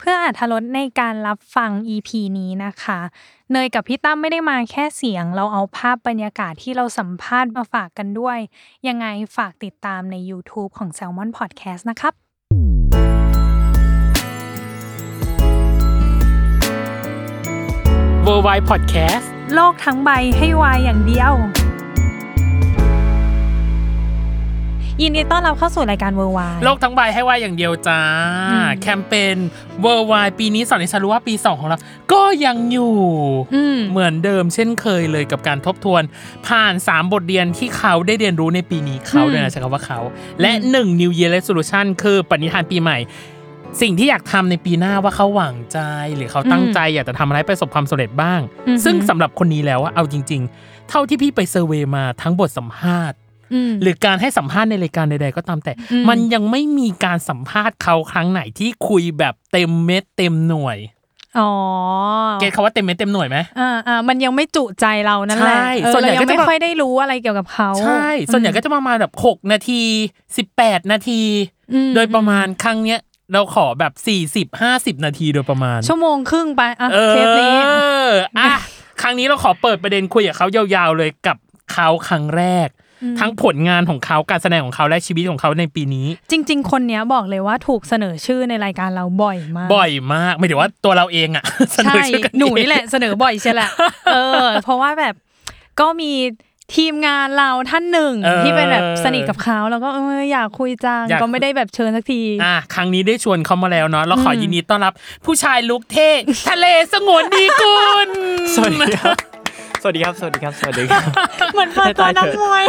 เพื่ออาธรสในการรับฟัง EP นี้นะคะ เนยกับพี่ตั้มไม่ได้มาแค่เสียง เราเอาภาพบรรยากาศที่เราสัมภาษณ์มาฝากกันด้วย ยังไงฝากติดตามใน YouTube ของ Salmon Podcast นะครับ w o r l d w i d e Podcast โลกทั้งใบให้วายอย่างเดียว ยินดีต้อนรับเข้าสู่รายการเวอร์วาย โลกทั้งใบให้ว่าอย่างเดียวจ้า อืม แคมเปญ w o r l d w i d e ปีนี้สอนให้ฉันรู้ว่าปี 2 ของเรา ก็ยังอยู่ อืม เหมือนเดิมเช่นเคยเลยกับการทบทวน ผ่าน 3 บทเรียนที่เขาได้เรียนรู้ในปีนี้เขา อืม ด้วยนะใช้คำว่าเขา และ อืม 1 New Year Resolution คือปณิธานปีใหม่ สิ่งที่อยากทำในปีหน้าว่าเขาหวังใจ หรือเขาตั้งใจอยากจะทำอะไรให้ประสบความสำเร็จบ้าง ซึ่งสำหรับคนนี้แล้วอะเอาจริง ๆ เท่าที่พี่ไปเซอร์เวยมาทั้งบทสัมภาษณ์ อืม หรือการให้สัมภาษณ์ในรายการใดๆก็ตามแต่ อืม มันยังไม่มีการสัมภาษณ์เขาครั้งไหนที่คุยแบบเต็มเม็ดเต็มหน่วย อ๋อ เก็ตคำว่าเต็มเม็ดเต็มหน่วยไหม อ่าอ่ามันยังไม่จุใจเรานั่นแหละ ใช่ เออ ส่วนใหญ่ เรายั ก็ ง จะ ไม่ แบบ ค่อยได้รู้อะไรเกี่ยวกับเขา ใช่ ส่วนใหญ่ก็จะประมาณแบบ 6 นาที 18 นาที อืม โดยประมาณครั้งเนี้ยเราขอแบบ 40 50 นาทีโดยประมาณ ชั่วโมงครึ่งไปอ่ะ เออ เทปนี้ อ่ะครั้งนี้เราขอเปิดประเด็นคุยกับเขายาวๆเลยกับเขาครั้งแรก ทั้งผลงานของเขาการแสดงของเขาและชีวิตของเขาในปีนี้ จริง ๆ คนเนี้ยบอกเลยว่าถูกเสนอชื่อในรายการเราบ่อยมาก บ่อยมากไม่ถึงว่าตัวเราเองอะ เสน ใช่ อชื่อกัเอง หนูนี่แหละ เสนอบ่อยใช่แหละเออ เพราะว่าแบบก็มีทีมงานเราท่านหนึ่ง เออ ที่เป็นแบบสนิทกับเขาแล้วก็เอออยากคุยจัง อยาก ก็ไม่ได้แบบเชิญสักที อ่ะครั้งนี้ได้ชวนเขามาแล้วเนาะเราขอยินดีต้อนรับ ผู้ชายลุกเท่ ทะเลสงวนดีกุล สวัสดีครับ สวัสดีครับ สวัสดีครับ สวัสดีครับ เหมือนเปิดตัวนักมวย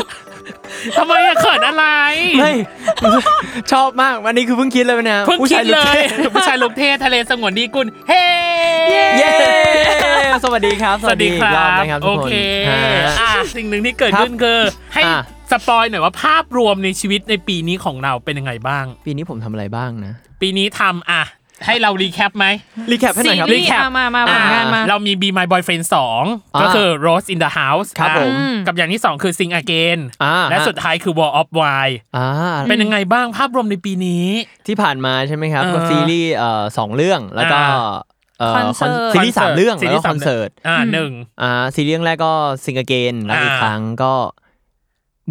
ทำไมอะเขินอะไร เฮ้ย ชอบมาก วันนี้คือเพิ่งคิดเลยนะ เพิ่ง ผู้ คิ ชา ด ย เล ก ย ท่ ผู้ชายลุกเท่ทะเลสงวนดีกุลเฮ้ เย้ สวัสดีครับ สวัสดีครั สวัส บ ดีอีกอบนะครับ โอ ทุกคน เค ฮะ อ่ะสิ่งหนึ่งที่เกิด ครับ ขึ้นคือให้ อ่ะ สปอยหน่อยว่าภาพรวมในชีวิตในปีนี้ของเราเป็นยังไงบ้าง ปีนี้ผมทำอะไรบ้างนะ ปีนี้ทำอ่ะ ให้เรารีแคปไหม รีแคปให้หน่อยครับ ซีรีส์ อ่ะมามาผลงานมา เรามี Be My Boyfriend 2 อ่า ก็คือ Rose in the House ครับ อ่ะ ผม กับอย่างที่ 2 คือ Sing Again อ่า และ ฮะ สุดท้ายคือ Wall of Wine อ่า เป็นยังไงบ้างภาพรวมในปีนี้ ที่ผ่านมาใช่ไหมครับ เออ ก็ซีรีส์เอ่อสองเรื่อง แล้วก็ อ่า เอ่อ คอนเสิร์ต ซีรีส์สามเรื่อง แล้วก็คอนเสิร์ต อ่าหนึ่ง อ่าซีรีส์เรื่องแรกก็ซิงเกิลแล้วอีก อ่า ครั้งก็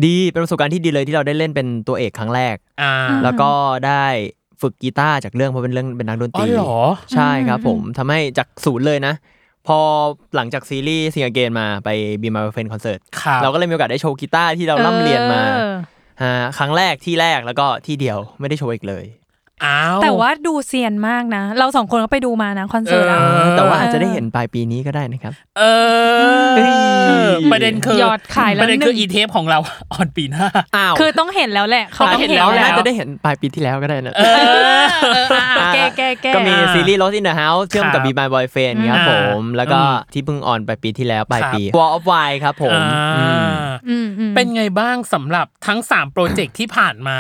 ดีเป็นประสบการณ์ที่ดีเลยที่เราได้เล่นเป็นตัวเอกครั้งแรก อ่า แล้วก็ได้ฝึกกีตาร์จากเรื่องเพราะเป็นเรื่องเป็นนักดนต อ๋อ รี เหรอ ใช่ครับผมทำให้จากศูนย์เลยนะ พอหลังจากซีรีส์ซิงเกิลมาไปบีมาเฟนคอนเสิร์ต ครับ เราก็เลยมีโอกาสได้โชว์กีตาร์ที่เราร่ำเรียนมาฮะครั้งแรกที่แรกแล้วก็ที่เดียวไม่ได้โชว์อีกเลย อ้าว แต่ว่าดูเซียนมากนะ เราสองคนก็ไปดูมานะคอนเสิร์ตอะ เออ แต่ว่าอาจจะได้เห็นปลายปีนี้ก็ได้นะครับ เออ เอ้ย ประเด็นคือย อดขายแล้วประ ห เด็ นึ่ น ง คืออีเทปของเรา ออนปีหน้า อ้าว คือต้องเห็นแล้วแหละเขาต้องเห็นแล้วแหละ น่าจะได้เห็นปลายปีที่แล้วก็ได้นะ เออเอออ่ะแก้แก้แก้ ก็มี อ่า ซีรีส์ Lost in the House เชื่อมกับ ครับ Be My Boyfriend ครับผม แล้วก็ที่เพิ่งออนไปปีที่แล้วปลายปี War of Wine ครับผม อ่า อืม อืมอืม เป็นไงบ้างสำหรับทั้ง 3 โปรเจกต์ที่ผ่านมา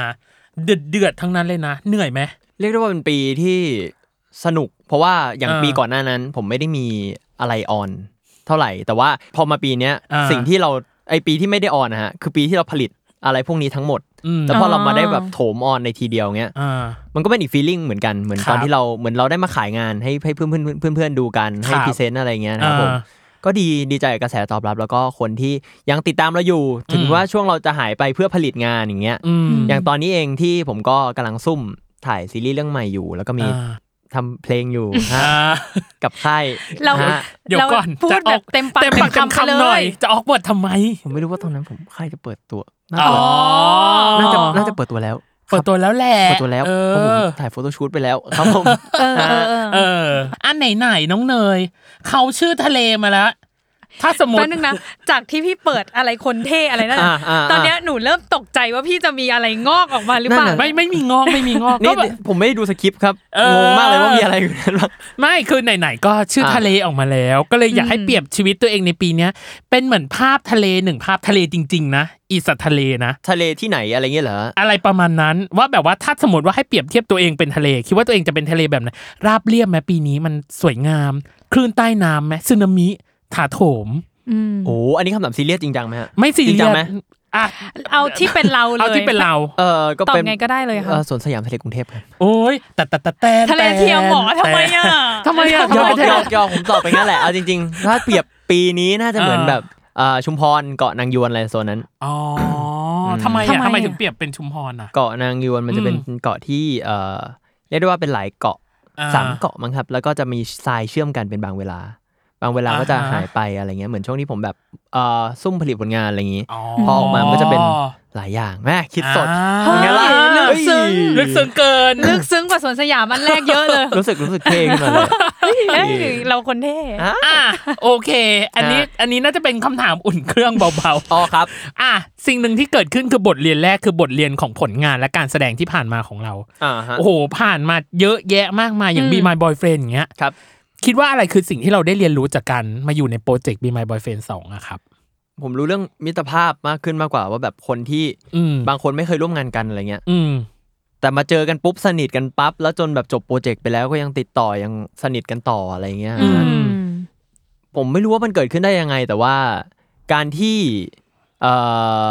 เดือดเดือดๆทั้งนั้นเลยนะ เหนื่อยไหม เรียกได้ว่าเป็นปีที่สนุก เพราะว่าอย่าง อ่า ปีก่อนหน้านั้น ผมไม่ได้มีอะไรออน เท่าไหร่ แต่ว่าพอมาปีเนี้ย อ่า สิ่งที่เราไอปีที่ไม่ได้ออนนะฮะคือปีที่เราผลิตอะไรพวกนี้ทั้งหมด อืม แล้วพอเรามาได้แบบโถมออนในทีเดียวเงี้ย อ่า มันก็เป็นอีกฟีลลิ่งเหมือนกันเหมือน ครับ ตอนที่เราเหมือนเราได้มาขายงานให้ให้เพื่อนเพื่อนเพื่อนๆดูกันคให้รับ พรีเซนต์อะไรเงี้ยนะครับผม อ่า ก็ดีดีใจกับกระแสตอบรับ แล้วก็คนที่ยังติดตามเราอยู่ ถึงว่าช่วงเราจะหายไปเพื่อผลิตงานอย่างเงี้ย อืม อย่างตอนนี้เองที่ผมก็กำลังซุ่มถ่ายซีรีส์เรื่องใหม่อยู่ แล้วก็มี อ่า ทำเพลงอยู่ อ่า กับค่าย เรา นะฮะ เดี๋ยวก่อน พู จะ ด อ แบอก บเต็มปาก เต็มปากเต็ม ไปเล คำหน่อย จะออกบททำไม ผมไม่รู้ว่าตอนนั้นผมค่ายจะเปิดตัวน่า อ๋อ เปิดน่าจะ อ๋อ น่าจะเปิดตัวแล้ว เปิดตัวแล้วแหละ เปิดตัวแล้ว เอ เพราะผอมถ่ายโฟโต้ชูตไปแล้วครับผม เออเออเออ เออ อันไหนไหนๆน้องเนย เขาชื่อทะเลมาแล้ว ถ้าสมม แป๊ ติ บนึงนะ จากที่พี่เปิดอะไรคนเท่อะไรนั่นน่ะ อ่าอ่าอ่า ตอนเนี้ยหนูเริ่มตกใจว่าพี่จะมีอะไรงอกออกมาหรือเปล่า ไม่ไม่มีงอกไม่มีงอก นี่ ก็แบบ ผมไม่ได้ดูสคริปต์ครับ เออ งงมากเลยว่ามีอะไรอยู่ในนั้นบ้าง ไม่คือไหนๆก็ชื่อ อ่ะ ทะเลออกมาแล้ว ก็เลยอยากให้ อืม เปรียบชีวิตตัวเองในปีเนี้ยเป็นเหมือนภาพทะเลหนึ่งภาพทะเลจริง ๆ นะอีสัตว์ทะเลนะ ทะเลที่ไหนอะไรเงี้ยเหรอ อะไรประมาณนั้นว่าแบบว่าถ้าสมมติว่าให้เปรียบเทียบตัวเองเป็นทะเล คิดว่าตัวเองจะเป็นทะเลแบบไหนราบเรียบไหมปีนี้มันสวยงาม คลื่นใต้น้ำไหมสึนามิถาโถม อืม โอ้อันนี้คำถามซีเรียสจริงจังไหมฮะ ไม่ซี จริง เรี จั ย ง ส ไหม อ่ะ เอาที่เป็นเราเลย เอาที่เป็นเรา เออก็ ตอบ เป็น ไงก็ได้เลยค่ะ เออสวนสยามทะเลกรุงเทพครับ โอ้ยแต่แต่แต่แต่ ทะเลเทียมหมอทำไมอ่ะ ทำไมอ่ะ ยอ ทำไม กยอกยอกผมตอบไปงั้นแหละเอาจริงๆ ถ้าเปรียบปีนี้น่าจะเหมือนแบบเอ่อชุมพรเกาะนางยวนอะไรโซนนั้น อ๋อทำไม ำ อ่ะ ไม ทำไม อ่ะ ถึงเปรียบเป็นชุมพรอ่ะ เกาะนางยวนมันจะเป็นเกาะที่เอ่อเรียกได้ว่าเป็นหลายเกาะ อ่า สามเกาะมั้งครับ แล้วก็จะมีทรายเชื่อมกันเป็นบางเวลา บางเวลาก็จะ อ่าฮะ หายไปอะไรเงี้ยเหมือนช่วงที่ผมแบบเอ่อซุ่มผลิตผลงานอะไรอย่างงี้ อ๋อ พอออกมามันก็จะเป็น หลายอย่างแม่คิดสด อ่า เป็นไงล่ะ ลึกซึ้ง ลึกซึ้งเกิน ลึกซึ้งกว่าสวนสยามอันแรกเยอะเลย รู้สึกรู้สึกเท่ขึ้นมา เลย เอ้ยเราคนเท่ ฮะ อ่ะโอเค อันนี้อันนี้น่าจะเป็นคำถามอุ่นเครื่องเบา อ๋อครับ ๆ อ่ะสิ่งหนึ่งที่เกิดขึ้นคือบทเรียนแรกคือบทเรียนของผลงานและการแสดงที่ผ่านมาของเรา อ่าฮะ โอ้โห ผ่านมาเยอะแยะมากมายอย่าง อืม Be My Boyfriend อย่างเงี้ย ครับ คิดว่าอะไรคือสิ่งที่เราได้เรียนรู้จากการมาอยู่ในโปรเจกต์ Be My Boyfriend 2อะครับ ผมรู้เรื่องมิตรภาพมากขึ้นมากกว่าว่าแบบคนที่ อืม บางคนไม่เคยร่วมงานกันอะไรเงี้ย อืม แต่มาเจอกันปุ๊บสนิทกันปั๊บแล้วจนแบบจบโปรเจกต์ไปแล้วก็ยังติดต่อยังสนิทกันต่ออะไรเงี้ย อื ม ม ผมไม่รู้ว่ามันเกิดขึ้นได้ยังไง แต่ว่าการที่เออ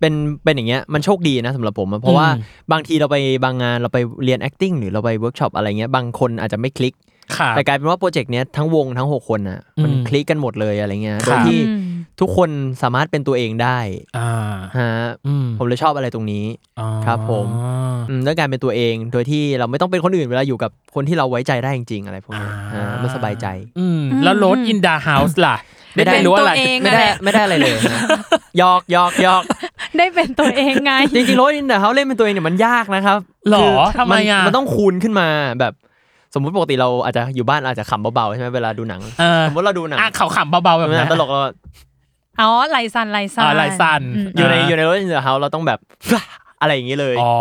เป็นเป็นอย่างเงี้ยมันโชคดีนะสำหรับผมอะเพราะว่า อืม บางทีเราไปบางงานเราไปเรียน acting หรือเราไปเวิร์กช็อปอะไรเงี้ยบางคนอาจจะไม่คลิก ค่ะ แต่กลายเป็นว่าโปรเจกต์เนี้ยทั้งวงทั้ง 6 คนน่ะมัน อืม คลิกกันหมดเลยอะไรเงี้ย ครับ โดยที่ อืม ทุกคนสามารถเป็นตัวเองได้ อ่า ฮะ อืม ผมเลยชอบอะไรตรงนี้ อ๋อ ครับผม อืมเรื่องการเป็นตัวเองโดยที่เราไม่ต้องเป็นคนอื่นเวลาอยู่กับคนที่เราไว้ใจได้จริงๆอะไรพวก อ่า นี้ฮะมันสบายใจ อืมแล้วโรดอินดาเฮาส์ล่ะ ได้ ไม่ได้ เรียนรู้อะไร ตัวเอง ไม่ได้ไม่ได้อะไรเลย นะยอกยอกยอก ได้เป็นตัวเองไง จริงๆโรสอินเดอร์เฮาส์เล่นเป็นตัวเองเนี่ยมันยากนะครับ หรอ คื ทำไมอ่ะ นมันต้องคูณขึ้นมาแบบ สมมติปกติเราอาจจะอยู่บ้านอาจจะขำเบาๆใช่ไหมเวลาดูหนัง เออ สมมติเราดูหนัง อ่ะเขาขำเบาๆแบบนั้น ตลกเรา อ๋อไหลสันไหลสัน อ่าไหล่สั่น อืม อยู่ใน อ่า อยู่ในโรสอินเดอร์เฮาส์เราต้องแบบ อะไรอย่างนี้เลย อ๋อ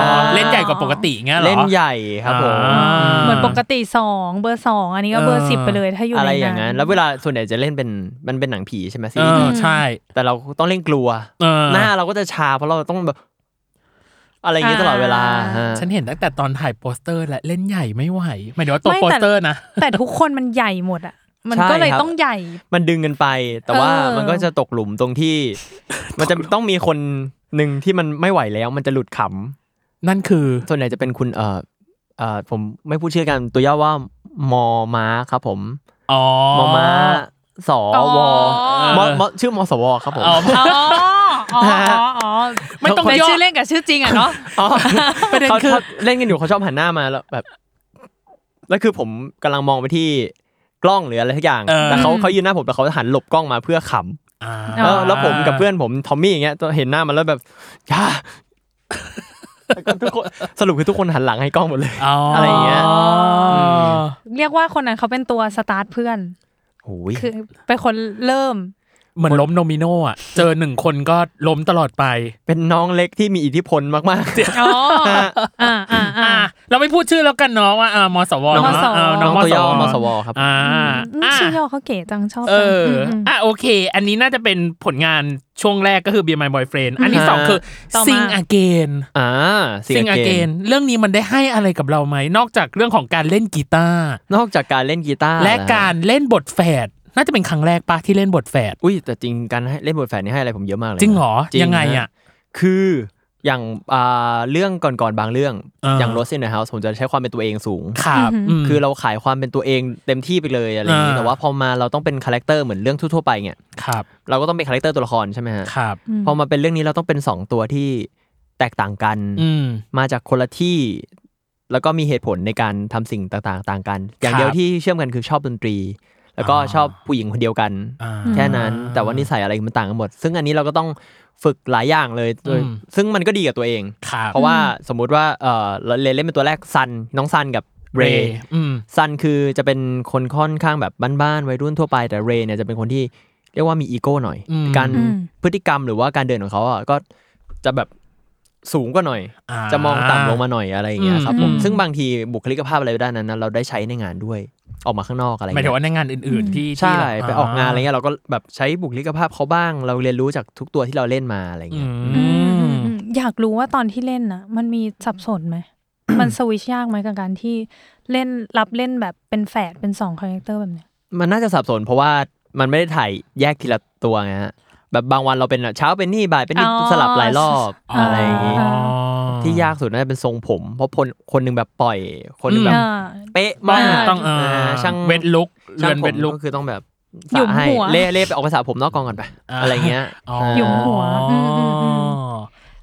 อ่า เล่นใหญ่กว่าปกติเงี้ยเหรอ เล่นใหญ่ครับผม อ่า อื เหมือนปกติสองเบอร์สองอันนี้ก็เบอร์ เออ สิบไปเลยถ้าอยู่ อะไร ใน อย่างนั้ นั้น แล้วเวลาส่วนใหญ่จะเล่นเป็นมันเป็นหนังผีใช่ไหมซี เอ รีส์ อ ผี ใช่ แต่เราต้องเล่นกลัว เออ หน้าเราก็จะชาเพราะเราต้องแบบ อะไรอย่างนี้ตลอดเวลาฮะ ฉันเห็นตั้งแต่ตอนถ่ายโปสเตอร์และเล่นใหญ่ไม่ไหวหมายถึงว่าตัว ไม่ โปสเตอร์นะ แต่ทุกคนมันใหญ่หมดอ่ะ มันก็ ใช่ เลย ครับ ต้องใหญ่ มันดึงกันไป แต่ว่า เออ มันก็จะตกหลุมตรงที่ มันจะต้องมีคนหนึ่งที่มันไม่ไหวแล้ว มันจะหลุดข นั่นคือ ำส่วนใหญ่จะเป็นคุณเอ่อเอ่อผมไม่พูดชื่อกันตัวย่อว่ามอม้าครับผม อ๋อ มอม้าสอ อ๋อ วอมอ เออ มอชื่อมอสวครับผม อ๋อ อ๋ออ๋อ อ๋ออ๋อ ไม่ต้อง ใน ย่อ ชื่อเล่นกับชื่อจริงอ่ะเนาะ อ๋อ ประเด็น เขา คือ เขาเล่นกันอยู่เขาชอบหันหน้ามาแล้วแบบ แล้วคือผมกำลังมองไปที่กล้องหรืออะไรทุกอย่าง เออ แต่เขา อืม เขายืนหน้าผมแต่เขาหันหลบกล้องมาเพื่อขำ อ่า อ๋อ แล้วแล้วผมกับเพื่อนผมทอมมี่อย่างเงี้ยเห็นหน้ามันแล้วแบบย่าทุกคนสรุปคือทุกคนหันหลังให้กล้องหมดเลย อะไรอย่างเงี้ย อืม เรียกว่าคนนั้นเขาเป็นตัวสตาร์ทเพื่อน โอ้ย คือเป็นคนเริ่ม เหมือนล้มโนมิโนอ่ะ เจอหนึ่งคนก็ล้มตลอดไป เป็นน้องเล็กที่มีอิทธิพลมากๆ อ๋ออ่าอ่าอ่า อ่ะเราไม่พูดชื่อแล้วกันเนาะว่าอ่ามสว น้อง เนาะ สว เา น้องตัวย่อมสวครับ อ่า อืม อ่ะ ชื่อย่อเขาเก๋จังชอบ เอมอม อ่ะโอเค อันนี้น่าจะเป็นผลงานช่วงแรกก็คือ Be My Boyfriend อันที่สองคือ ต่อมา Sing Again อ่า Sing Sing Again Again เรื่องนี้มันได้ให้อะไรกับเราไหม นอกจากเรื่องของการเล่นกีตาร์ นอกจากการเล่นกีตาร์ และ น การเล่นบทแฝดน่าจะเป็นครั้งแรกปะที่เล่นบทแฝด อุ้ยแต่จริงการให้เล่นบทแฝดนี่ให้อะไรผมเยอะมากเลยนะ จริงเหรอยังไง ฮ อ่ะ คือ อย่างอ่าเรื่องก่อนๆบางเรื่อง อ่า อย่าง Lost in the House ผมจะใช้ความเป็นตัวเองสูง ครับม คือเราขายความเป็นตัวเองเต็มที่ไปเลยอะไรอย่างนี้ อ่า แต่ว่าพอมาเราต้องเป็นคาแรคเตอร์เหมือนเรื่องทั่วๆไปเนี่ย ครับ เราก็ต้องเป็นคาแรคเตอร์ตัวละครใช่ไหมฮะ ครับ พอมาเป็นเรื่องนี้เราต้องเป็นสองตัวที่แตกต่างกัน อืม มาจากคนละที่ แล้วก็มีเหตุผลในการทำสิ่งต่างๆ ต่างกัน อย่าง ครับ เดียวที่เชื่อมกันคือชอบดนตรี แล้วก็ อ่า ชอบผู้หญิงคนเดียวกัน อ่า แค่นั้นแต่ว่านิสัยอะไรมันต่างกันหมด ซึ่งอันนี้เราก็ต้องฝึกหลายอย่างเลยโดย อืม ซึ่งมันก็ดีกับตัวเอง ครับ เพราะว่าสมมุติว่าเออเราเล่นเล่นเป็นตัวแรกซันน้องซันกับเรย์ อืม ซันคือจะเป็นคนค่อนข้างแบบบ้านๆวัยรุ่นทั่วไปแต่เรย์เนี่ยจะเป็นคนที่เรียกว่ามีอีโก้หน่อย อืม การ อืม พฤติกรรมหรือว่าการเดินของเขาอะก็จะแบบสูงกว่าหน่อย อ่า จะมองต่ำลงมาหน่อยอะไรอย่างเงี้ยครับผ อื ม ม ซึ่งบางทีบุคลิกภาพอะไรด้านนั้นนะเราได้ใช้ในงานด้วยออกมาข้างนอกอะไร หมายถึง เงี้ย ว่าในงานอื่น ๆ ที่ ใช่ ที่เร ไปออกงานอะไรเงี้ยเราก็แบบใช้บุคลิกภาพเขาบ้าง เราเรียนรู้จากทุกตัวที่เราเล่นมาอะไร อื เงี้ย อืมอืมมอืมอยากรู้ว่าตอนที่เล่นนะมันมีสับสนไหม มันสวิชยากไหมกับการที่เล่นรับเล่นแบบเป็นแฝดเป็นสองคาแรคเตอร์แบบเนี้ย มันน่าจะสับสนเพราะว่ามันไม่ได้ถ่ายแยกทีละตัวไงฮะแบบบางวันเราเป็นเช้าเป็นนี่บ่ายเป็นนี่ อ๋อ สลับหลายรอบอะไรอย่างงี้ อ๋อ ที่ยากสุดน่าจะเป็นทรงผม เพราะคนคนหนึงแบบปล่อย คนหนึง อืม แบบ อ่า เป๊ะ ต้อ มาง ก ต้องเอ อ่ อ ช่าง เวทลุก ช่า เรือน งผ เว ม ทลุก ก็คือต้องแบบ หยุ สมระให้ หัว เล่เล่ไปออกไปสระผมนอกกองก่อนไป อ่า อะไรเงี้ย หยุมหัวอืมอืมอืม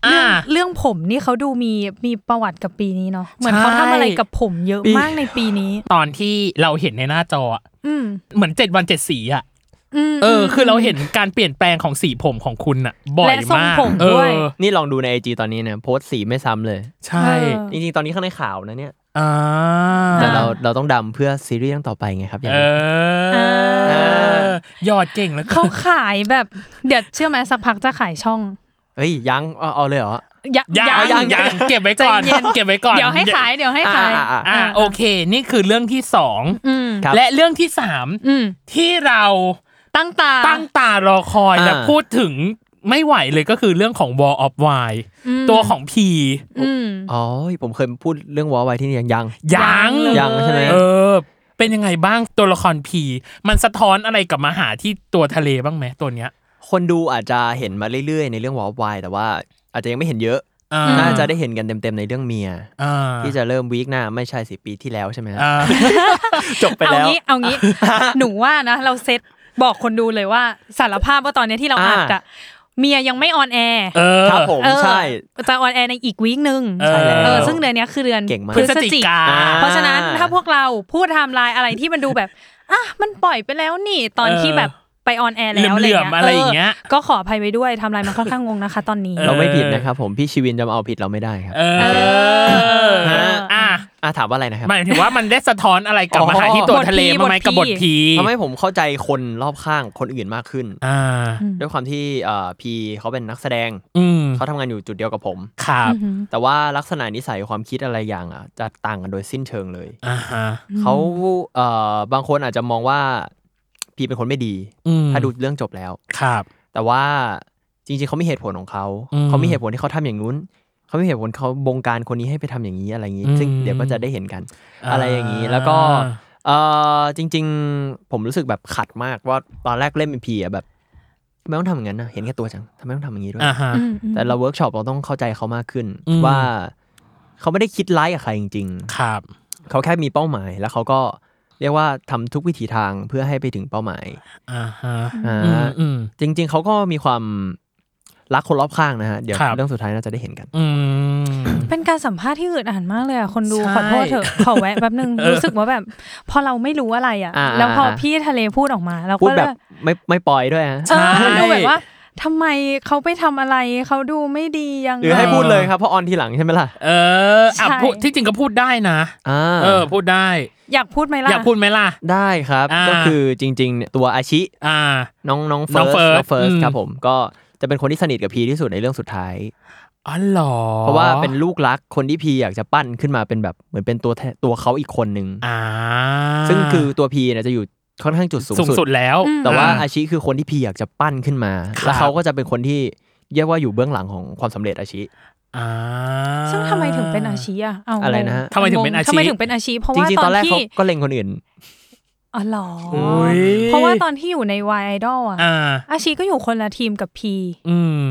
อ่า เรื่องเรื่องผมนี่เขาดูมีมีประวัติกับปีนี้เนาะเหมือน ใช่ เขาทำอะไรกับผมเยอะมากในปีนี้ ตอนที่เราเห็นในหน้าจออะ อืม เหมือนเจ็ดวันเจ็ดสีอะ ม เอออ ม คือเราเห็นการเปลี่ยนแปลงของสีผมของคุณอะบ่อย และทรง มาก ผม เอ ด้ อ วย นี่ลองดูในไอจตอนนี้เนี่ยโพสต์สีไม่ซ้ำเลย ใช่ เออ จริงๆ ตอนนี้ข้างในขาวนะเนี่ย อ่า แต่เรา อ่า เราต้องดำเพื่อซีรีส์เรื่องต่อไปไงครับอย่าง เอ นี้ อ เอ ยอดเก่งแล้ว เขาขายแบบเดี๋ยวเชื่อไหมสักพักจะขายช่อง เฮ้ยยังเอาเอาเลยเหรอ ยั ยัง ยั ยังยังเก็บไว้ก่อน ใจเย็น เก็บไว้ก่อน เดี๋ยวให้ขายเดี๋ยวให้ขาย อ่าอ่าอ่า อ่าโอเค นี่คือเรื่องที่สอง อืม ครับ และเรื่องที่สาม อืม ที่เรา ตั้งตา ตั้งตารอคอย อ่า และพูดถึงไม่ไหวเลยก็คือเรื่องของ Wall of Why อืม ตัวของพี อืม อ๋อผมเคยพูดเรื่องวอลไว้ที่นี่ยังยัง ยัง เลย ยังใช่ไหม เออ เป็นยังไงบ้างตัวละครพี มันสะท้อนอะไรกลับมาหาที่ตัวทะเลบ้างไหมตัวเนี้ย คนดูอาจจะเห็นมาเรื่อยๆ ในเรื่องวอลไวแต่ว่าอาจจะยังไม่เห็นเยอะ อ่ น่าจะได้เห็นกันเต็มๆในเรื่องเมีย อ่า ที่จะเริ่มวีคหน้าไม่ใช่สิปีที่แล้วใช่ไหมฮะ อ่า จบไป เอา แล้ว งี้เอางี้ หนูว่านะ เราเซตบอกคนดูเลยว่าสารภาพว่าตอนเนี้ยที่เราอั อ่า ดอะเมียยังไม่ออนแอร์ เออ ครับผม เออ ใช่ จะออนแอร์ในอีกวีคหนึ่ง ใช่แล้ว เออซึ่งเดือนเนี้ยคือเดือน เก่งมาก พฤศจิกา อ่ เพราะฉะนั้นถ้าพวกเราพูดไทม์ไลน์อะไรที่มันดูแบบ อ่ะมันปล่อยไปแล้วนี่ตอน เออ ที่แบบไปออนแอร์แล้ว เหลื่อมๆอะไรอย่างเงี้ย ก็ขออภัยไว้ด้วยไทำลายมันค่อนข้างงงนะคะ ตอนนี้ เราไม่ผิดนะครับผมพี่ชีวินจะมาเอาผิดเราไม่ได้ครับ เออ เออ อ่ะ อ่ะถามว่าอะไรนะครับ หมายถึงว่ามันได้สะท้อนอะไรกลับมาหาที่ตัวทะเลบ้างไหมกับบทพี ทำให้ผมเข้าใจคนรอบข้างคนอื่นมากขึ้น อ่า ด้วยความที่เอ่อพีเขาเป็นนักแสดง อืม เขาทำงานอยู่จุดเดียวกับผม ครับ แต่ว่าลักษณะนิสัยความคิดอะไรอย่างอ่ะจะต่างกันโดยสิ้นเชิงเลย อ่าฮะ เขาเอ่อบางคนอาจจะมองว่าพีเป็นคนไม่ดี อืม ถ้าดูเรื่องจบแล้ว ครับ แต่ว่าจริงๆเขามีเหตุผลของเขา อืม เขามีเหตุผลที่เขาทำอย่างนู้นเขามีเหตุผลเขาบงการคนนี้ให้ไปทำอย่างนี้อะไรอย่างนี้ อืม ซึ่งเดี๋ยวก็จะได้เห็นกัน อะไรอย่างนี้แล้วก็ เออจริง ๆ ผมรู้สึกแบบขัดมากว่าตอนแรกเล่นเป็นผีอะแบบทำไมต้องทำอย่างนั้นนะเห็นแค่ตัวจังทำไมต้องทำอย่างนี้ด้วย อ่าฮะ แต่เราเวิร์กช็อปเราต้องเข้าใจเขามากขึ้น อืม ว่าเขาไม่ได้คิดร้ายกับใครจริง ครับ ๆ เขาแค่มีเป้าหมายแล้วเขาก็เรียกว่าทำทุกวิถีทางเพื่อให้ไปถึงเป้าหมาย อ่าฮะ อ่ อืมา อืม จริง ๆ เขาก็มีความรักคนรอบข้างนะฮะเดี๋ยว ครับ เรื่องสุดท้ายน่าจะได้เห็นกัน อืม เป็นการสัมภาษณ์ที่อึดอัดมากเลยอ่ะคนดู ใช่ ขอโทษเถอะ ขอแวะแป๊บนึง รู้สึกว่าแบบ พอเราไม่รู้อะไรอ่ะ อ่า แล้วพอพี่ทะเลพูดออกมาเรา พูด ก็ แบเลบย ไม่ไม่ปล่อยด้วยฮะ เออ ใช่ ดูแบบว่าทำไมเขาไปทำอะไรเขาดูไม่ดียัง หรือ ไง ให้พูดเลยครับเพราะออนทีหลังใช่ไหมล่ะ เอออ่ะ ใช่ พูดที่จริงก็พูดได้นะ อ่า เออ พูดได้ อยากพูดไหมล่ะ อยากพูดไหมล่ะ ได้ครับ อ่า ก็คือจริงๆเนี่ยตัวอาชิ อ่า น้องน้อง น้ เฟิ อง ร์ส First น้องเฟิร์ส อืม ครับผมก็จะเป็นคนที่สนิทกับพีที่สุดในเรื่องสุดท้าย อ๋อเหรอ เพราะว่าเป็นลูกรักคนที่พีอยากจะปั้นขึ้นมาเป็นแบบเหมือนเป็นตัวแทตัวเขาอีกคนนึง อ่า ซึ่งคือตัวพีเนี่ยจะอยู่ค่อนข้างจุดสู สูงสุดแล้ว อืม แต่ว่าอาชิคือคนที่พีอยากจะปั้นขึ้นมา ครับ แล้วเขาก็จะเป็นคนที่เรียกว่าอยู่เบื้องหลังของความสำเร็จอาชิ อ่า ซึ่งทำไมถึงเป็นอาชีอ่ะเอา อะไรนะฮะ ทำไมถึงเป็นอาชี ทำไมถึงเป็นอาชีเพราะ จ ว่า ริงๆ ต ต อ อน น แรก ที่ เขาก็เล็งคนอื่น อ๋อเหรออย เพราะว่าตอนที่อยู่ในวายไอดอลอ่ะ อ่า อาชีก็อยู่คนละทีมกับพี อืม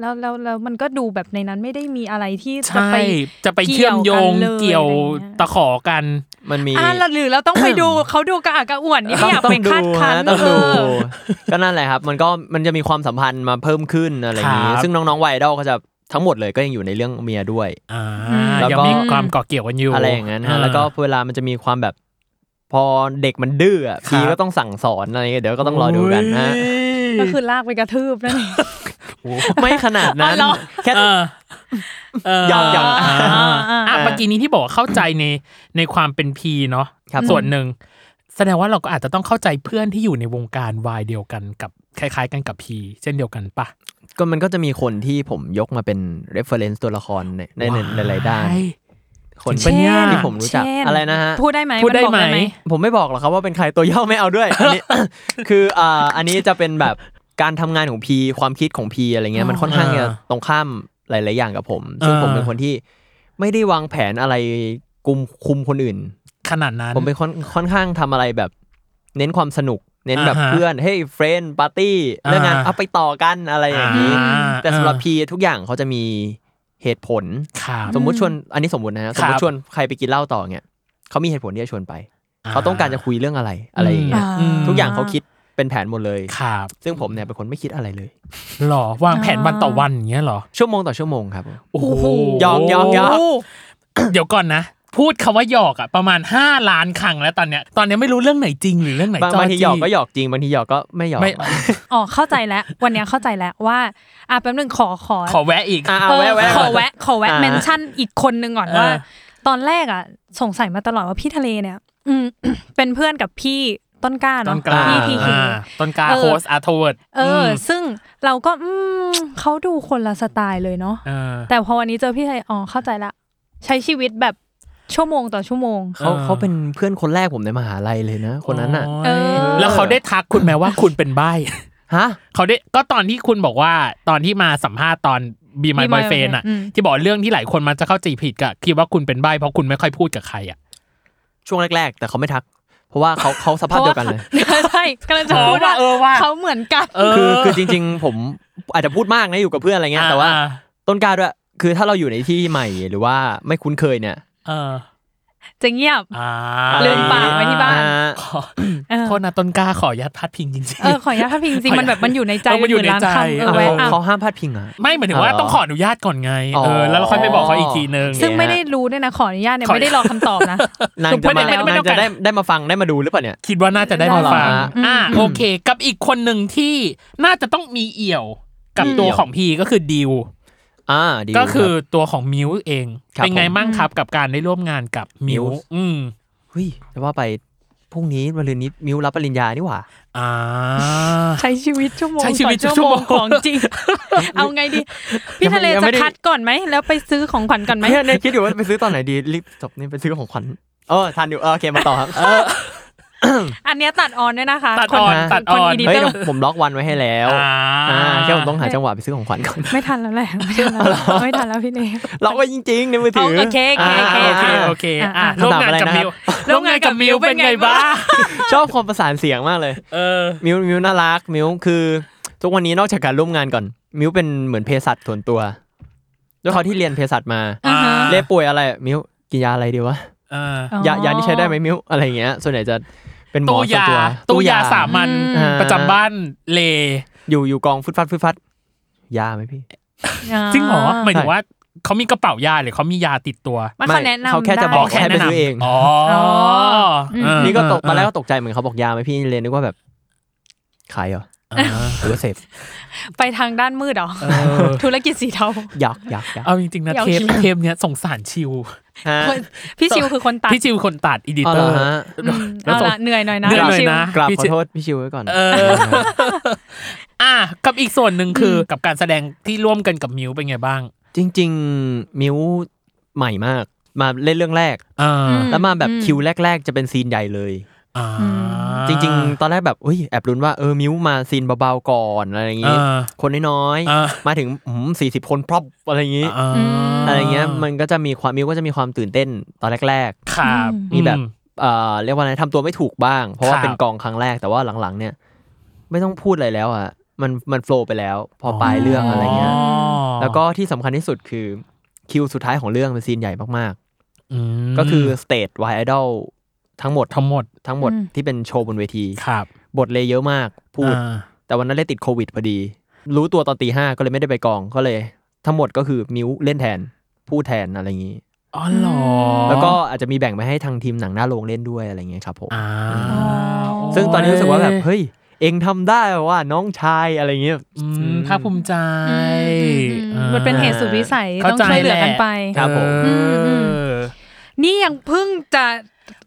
แล้วแล้วแล้วมันก็ดูแบบในนั้นไม่ได้มีอะไรที่จะ ใช่ ไป จะไปเชื่อมโยง เกี่ เกี่ ย ยว ว กันเลยอะไรอย่างเงี้ย ตะขอกัน มันมี อ่าหรือเราต้องไปดู เขาดูกระอักกระอ่วนนี่ไม่อยาก ต้ ไป งดู คาดคั้น นะต้องดู เออ ก็นั่นแหละครับ มันก็มันจะมีความสัมพันธ์มาเพิ่มขึ้นอะไรอย่างคนี้รับ ซึ่งน้องๆวัยไอดอลก็จะทั้งหมดเลยก็ยังอยู่ในเรื่องเมียด้วย อ่า แล้ว ยัง ก็ มีความเกาะเกี่ยวกันอยู่ อะไรอย่างนั้นฮะ า แล้วก็เวลามันจะมีความแบบพอเด็กมันดื้อคอะรับ พีก็ต้องสั่งสอนอะไรอย่างเงี้ยเดี๋ยวก็ต้องรอดูกันนะ โ ก็คือลากไปกระทืบนั่นเอง ไม่ขนาดนั้อ๋อนเหรอ แค่ เออเออ ยังยัง อ่า อ่าอ่า อ่ะเมื่อกี้นี้ที่บอกว่าเข้าใจในในความเป็นพีเนาะ ครับ ส่วนหนึ่ง แสดงว่าเราก็อาจจะต้องเข้าใจเพื่อนที่อยู่ในวงการวายเดียวกันกับคล้ายๆ กันกับพีเช่นเดียวกันปะ ก็มันก็จะมีคนที่ผมยกมาเป็น reference ตัวละครในในในในหลายๆด้าน ว้ คน เช่น ที่ผมรู้จัก เช่น อะไรนะฮะ พูดได้ไหม พูดได้ไหม นบอก ผมไม่บอกหรอกครับว่าเป็นใครตัวย่อไม่เอาด้วย อันนี้ คืออ่าอันนี้จะเป็นแบบการทำงานของพีความคิดของพีอะไรเงี้ยมันค่อนข้างจะ อ่า ตรงข้ามหลาย ๆ อย่างกับผม ซึ่ง อ่า ผมเป็นคนที่ไม่ได้วางแผนอะไรกลุมคุมคนอื่น ขนาดนั้น ผมเป็นค่อนค่อนข้างทำอะไรแบบ เน้นความสนุก เน้นแบบ อ่าฮะ เพื่อนเฮ้ยเฟรนปาร์ตี้เรื่องงาน อ่า เอาไปต่อกันอะไรอย่างนี้ แต่สำหรับพีทุกอย่างเขาจะมีเหตุผล ครับ สมมติชวนอันนี้สมมตินะฮะ ค ส รับ มมติชวนใครไปกินเหล้าต่อเนี่ยเขามีเหตุผลที่จะชวนไป เขาต้องการจะคุยเรื่องอะไรอะไรอย่างเงี้ย อืม ทุกอย่างเขาคิดเป็นแผนหมดเลย ครับ ซึ่งผมเนี่ยเป็นคนไม่คิดอะไรเลย หรอวางแผนวันต่อวันอย่างเงี้ยหรอ ชั่วโมงต่อชั่วโมงครับ โอ้โห ยอกยอกยอก เดี๋ยวก่อนนะ พูดคำว่าหยอกอะประมาณ 5 ล้านครั้งแล้วตอนเนี้ยตอนเนี้ยไม่รู้เรื่องไหนจริงหรือเรื่องไหน บาจอบงางที จี้ หยอกก็หยอกจริงบางทีหยอกก็ไม่หยอก ไม่ อ๋อเข้าใจแล้ว วันเนี้ยเข้าใจแล้วว่า อ่ะแป๊บนึงขอขอ ขอแวะอีก อ่า เออ แวะแวะ ข ก่ อน แวะขอแวะ อ่า เมนชั่นอีกคนนึงก่อน เออ ว่า ตอนแรกอ่ะ สงสัยมาตลอดว่าพี่ทะเลเนี่ย อืม เป็นเพื่อนกับพี่ต้นกล้า ต้ เนาะ นกล้า พี่ทีเค อ่าต้นกล้า เออ โฮสอาร์ทเวิร์ด เอออ ซึ่งเราก็อืมเขาดูคนละสไตล์เลยเนาะ เออ แต่พอวันนี้เจอพี่ไทยอ๋อเข้าใจละ ใช้ชีวิตแบบชั่วโมงต่อชั่วโมง เขา อ่า เขาเป็นเพื่อนคนแรกผมในมหาลัยเลยนะ คนนั้นอ่ะ เออ แล้วเขาได้ทักคุณไหมว่าคุณเป็นใบ ฮะ เขาได้ก็ตอนที่คุณบอกว่าตอนที่มาสัมภาษณ์ตอนบี Be มย My บอยเฟนอ่ะ Boyfriend อืม ที่บอกเรื่องที่หลายคนมันจะเข้าใจผิดก็คิดว่าคุณเป็นใบเพราะคุณไม่ค่อยพูดกับใครอ่ะ ช่วงแรก ๆ แต่เขาไม่ทัก เพราะว่าเขาเขาสภาพเดียวกันเลย ใช่กำลังจะพูดว่า เออว่า เขาเหมือนกัน คือคือจริง ๆ ผมอาจจะพูดมากนะอยู่กับเพื่อนอะไรเงี้ยแต่ว่า ต้นกล้าด้วยคือถ้าเราอยู่ในที่ใหม่หรือว่าไม่คุ้นเคยเนี่ย เออ จะเงียบ อ่า ลืมปากไว้ที่บ้าน อ่ ขอ เออ โทษนะต้นกล้าขอยัดพัดพิงจริง เออขออนุญาตพาดพิงจริงๆมันแบบมันอยู่ในใจ เออมันอยู่ในใจ เป็หมื่ล้าคำเออ เขา แวะอ่ะ เขาห้ามพลาดพิงอ่ะ ๆ ไม่หมายถึงว่า อ๋อ ต้องขออนุญาตก่อนไง อ๋อ เออแล้วเราค่อยไปบอกเขาอีกทีนึง ซึ่งไม่ได้รู้ด้วยนะขออนุญาตเนี่ย ขอ ไม่ได้รอคำตอบนะ นาง คือ จะ ไม่ มา ได้แล้ว นางจะได้ได้มาฟังได้มาดูหรือเปล่าเนี่ย คิดว่าน่าจะได้มาฟัง ได้หรออืม อ่าโอเค กับอีกคนหนึ่งที่น่าจะต้องมีเอี่ยวกับ อืม ตัวของพีก็คือดิว อ่าดี ก็คือตัวของมิวเอง ครับ เป็นไง ผม บ้างครับกับการได้ร่วมงานกับมิว Muse อืม เฮ้ยแต่ว่าไปพรุ่งนี้วันลืนนี้มิวรับปริญญานี่หว่า อ่า ใช้ชีวิตชั่วโมง ใช้ชีวิต ต่อ ชั่วโมง ของจริ ง เอาไงดี พี่ทะเล ยังไม่ จะ ได้ คัดก่อนไหมแล้วไปซื้อของขวัญก่อนไหม เนี่ยเนี่ยคิดอยู่ว่าไปซื้อตอนไหนดีรีบจบนี่ไปซื้อของขวัญเออทันอยู่เออโอเคมาต่อครับ อันเนี้ยตัดออนด้วยนะคะ ตัดออน ค ตัดออน คอีดิ เฮ้ย เตอ เดี๋ยว ร์ ผมล็อกวันไว้ให้แล้ว อ่า อ่าแค่ผมต้องหาจังหวะไปซื้อของขวัญก่อน ไม่ทันแล้วแหละไม่ทันแล้วไม่ทันแล้วพี่เนย ล็อกไว้จริงๆในมือถือ โอเคโอเคโอเค โอเคอ่าโอเคอ่าอ่ะ อ่า ร่วมงานกับมิว ร่วมงานกับมิวเป็นไงบ้าง ชอบความประสานเสียงมากเลย เออ มิวมิวน่ารักมิวคือทุกวันนี้นอกจากการร่วมงานก่อน มิวเป็นเหมือนเภสัชส่วนตัวด้วยเขามที่เรียนเภสัชมา อ่าฮะ เล่ป่วยอะไร มิวกินยาอะไรดีวะ เออย ายานี่ใช้ได้ไหมมิวอะไรอย่างเงี้ย ส่วนใหญ่จะเป็นหมอ ตู้ ส่วน ยา ตัว ตู้ยาสามัญ อ่า ประจำบ้านเล อยู่อยู่กองฟึดฟัดฟึดฟัดยาไหมพี่ จริงเหรอหมายถึงว่าเขามีกระเป๋ายาหรือเขามียาติดตัว มัน ไม่ เขาแนะนำ เขาแค่จะบอก ได้ ให้ไปซื้อเอง อ๋อ อ๋อ นี่ก็ตกตอนแรกก็ตกใจเหมือนเขาบอกยาไหมพี่เลนนึกว่าแบบขายเหรอหรือว่าเสพ ไปทางด้านมืดเหรอ เออ ธุรกิจสีเทา อยากอยากอยาก เอาจริงๆนะ เดี๋ยว เทป ชิว เทปเนี้ยสงสารชิว ฮะ พี่ชิวคือคนตัด พี่ชิวคนตัดอีดิ อ๋อ เตอร์เหรอฮะ อืมเอาละเหนื่อยหน่อยนะ เหนื่อยหน่อย ชิว นะ กราบ พี่ ขอ ชิ โทษพี่ชิวไว้ก่อน เออ อ่ะกับอีกส่วนหนึ่งคือกับการแสดงที่ร่วมกันกับมิวเป็นไงบ้าง จริง ๆ มิวใหม่มาก มาเล่นเรื่องแรก อ่า อืม แล้วมาแบบ อืม คิวแรก ๆ จะเป็นซีนใหญ่เลย อ่า จริง ๆ ตอนแรกแบบอุ้ยแอบลุ้นว่าเออมิวมาซีนเบาๆก่อนอะไรอย่าง อ่ งี้ า คนน้อย อ่า มาถึงสี่สิบคนพรอบอะไรอย่างงี้ อ่า อะไรเงี้ยมันก็จะมีความมิวก็จะมีความตื่นเต้นตอนแรก ครับ มีแบบ อื ๆเอ่อเรียกว่าอะไรทำตัวไม่ถูกบ้าง เพราะคว่ารับ เป็นกองครั้งแรกแต่ว่าหลังๆ เนี่ย ไม่ต้องพูดอะไรแล้วอะ มันมันโฟล์ไปแล้ว พอปลายเรื่องอะไรเงี้ย แล้วก็ที่สำคัญที่สุดคือคิวสุดท้ายของเรื่องเป็นซีนใหญ่มาก อืม ๆ ก็คือสเตจวายไอดอลทั้งหมด ทั้งหมด ทั้งหมด อืม ที่เป็นโชว์บนเวที ครับ บทเลยเยอะมากพูด อ่า แต่วันนั้นเลยติดโควิดพอดี รู้ตัวตอนตีห้าก็เลยไม่ได้ไปกองก็เลย ทั้งหมดก็คือมิวเล่นแทน พูดแทนอะไรอย่างนี้ อ๋อเหรอ แล้วก็อาจจะมีแบ่งไปให้ทางทีมหนังหน้าโรงเล่นด้วยอะไรอย่างเงี้ยครับผม อ่า ซึ่งตอนนี้รู้สึกว่าแบบเฮ้ยเองทำได้ว่าน้องชายอะไรอย่างเงี้ย อืมภาคภูมิใจ อืมมันเป็นเหตุสุดวิสัย ข้า ต้อง ใจ ช่วยเหลือกันไป แหละ ครับผม เอออ ม นี่ยังเพิ่งจะ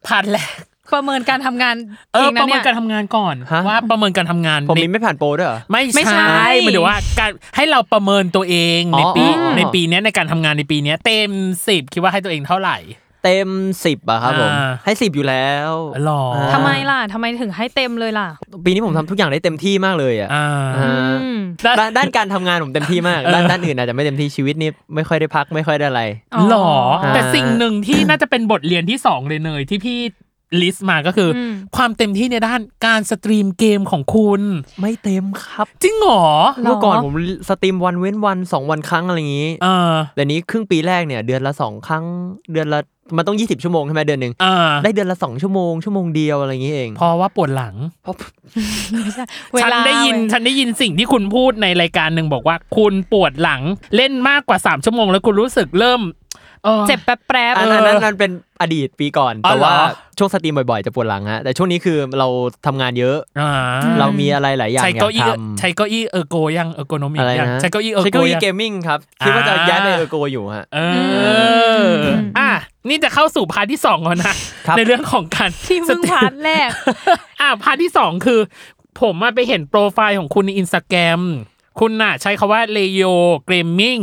ผ่านแหละ ประเมินการทำงาน เออ เอง ป นะ ระเมิ เนี่ น ย การทำงานก่อน ฮะ ว่าประเมินการทำงาน ผม ใน มีไม่ผ่านโปรด้วยเหรอ ไม่ ไม่ ใช่ ใช่ หมันเดี๋ยวว่าการให้เราประเมินตัวเองในปี อ๋ออ๋อ ในปีเนี้ยในการทำงานในปีเนี้ยเต็มสิบคิดว่าให้ตัวเองเท่าไหร่ เต็มสิบอะครับผม อ่า ให้สิบอยู่แล้ว หรอ อ่า ทำไมล่ะทำไมถึงให้เต็มเลยล่ะ ปีนี้ผมทำทุกอย่างได้เต็มที่มากเลยอะ อ่า อ่า อืม ด้านด้านการทำงานผมเต็มที่มาก ด้านด้านอื่นอาจจะไม่เต็มที่ชีวิตนี่ไม่ค่อยได้พักไม่ค่อยได้อะไร หรอ า แต่สิ่งหนึ่งที่น่าจะเป็นบทเรียนที่สองเลยเนยที่พี่ลิสต์มาก็คืออ ม ความเต็มที่ในด้านการสตรีมเกมของคุณ ไม่เต็มครับ จริงเหรอ หรอ เมื่อก่อนผมสตรีมวันเว้นวันสองวันครั้งอะไรอย่างนี้ เออ แต่นี้ครึ่งปีแรกเนี่ยเดือนละสองครั้ง เดือนละมันต้อง 20 ชั่วโมงใช่ไหมเดือนหนึ่ง เออ ได้เดือนละสองชั่วโมงชั่วโมงเดียวอะไรอย่างนี้เอง เพอว่าปวดหลัง เว ฉัน ลา ได้ยินฉันได้ยินสิ่งที่คุณพูดในรายการหนึ่งบอกว่า คุณปวดหลังเล่นมากกว่าสามชั่วโมงแล้วคุณรู้สึกเริ่มออ เจ็บแป๊บแป๊บ อันนั้นอันนั้นเป็นอดีตปีก่อน อ๋อ แต่ เหรอ ว่าช่วงสตรีมบ่อยๆ จะปวดหลังฮะแต่ช่วงนี้คือเราทำงานเยอะ อ่า เรามีอะไรหลายอย่าง ใช้ อยา เก้าก อี้ ท ใช้เก้าอี้เออร์โกยังเออร์โกนอมิกำอะไร ยัง นะ ใช้เก้าอี้เออร์ ใช้ โก เก้าอี้ ยัง เกมมิ่งครับคิดว่าจะ อ่า ย้ายไปเออร์โกอยู่ฮะ เออออ่ะนี่จะเข้าสู่พาร์ทที่สองแล้วนะครับ ในเรื่องของการ ที่มึงพาร์ทแรก อ่ะพาร์ทที่สองคือ ผมมาไปเห็นโปรไฟล์ของคุณในอินสตาแกรมคุณน่ะใช้คาว่าเลโยเกรมมิ่ง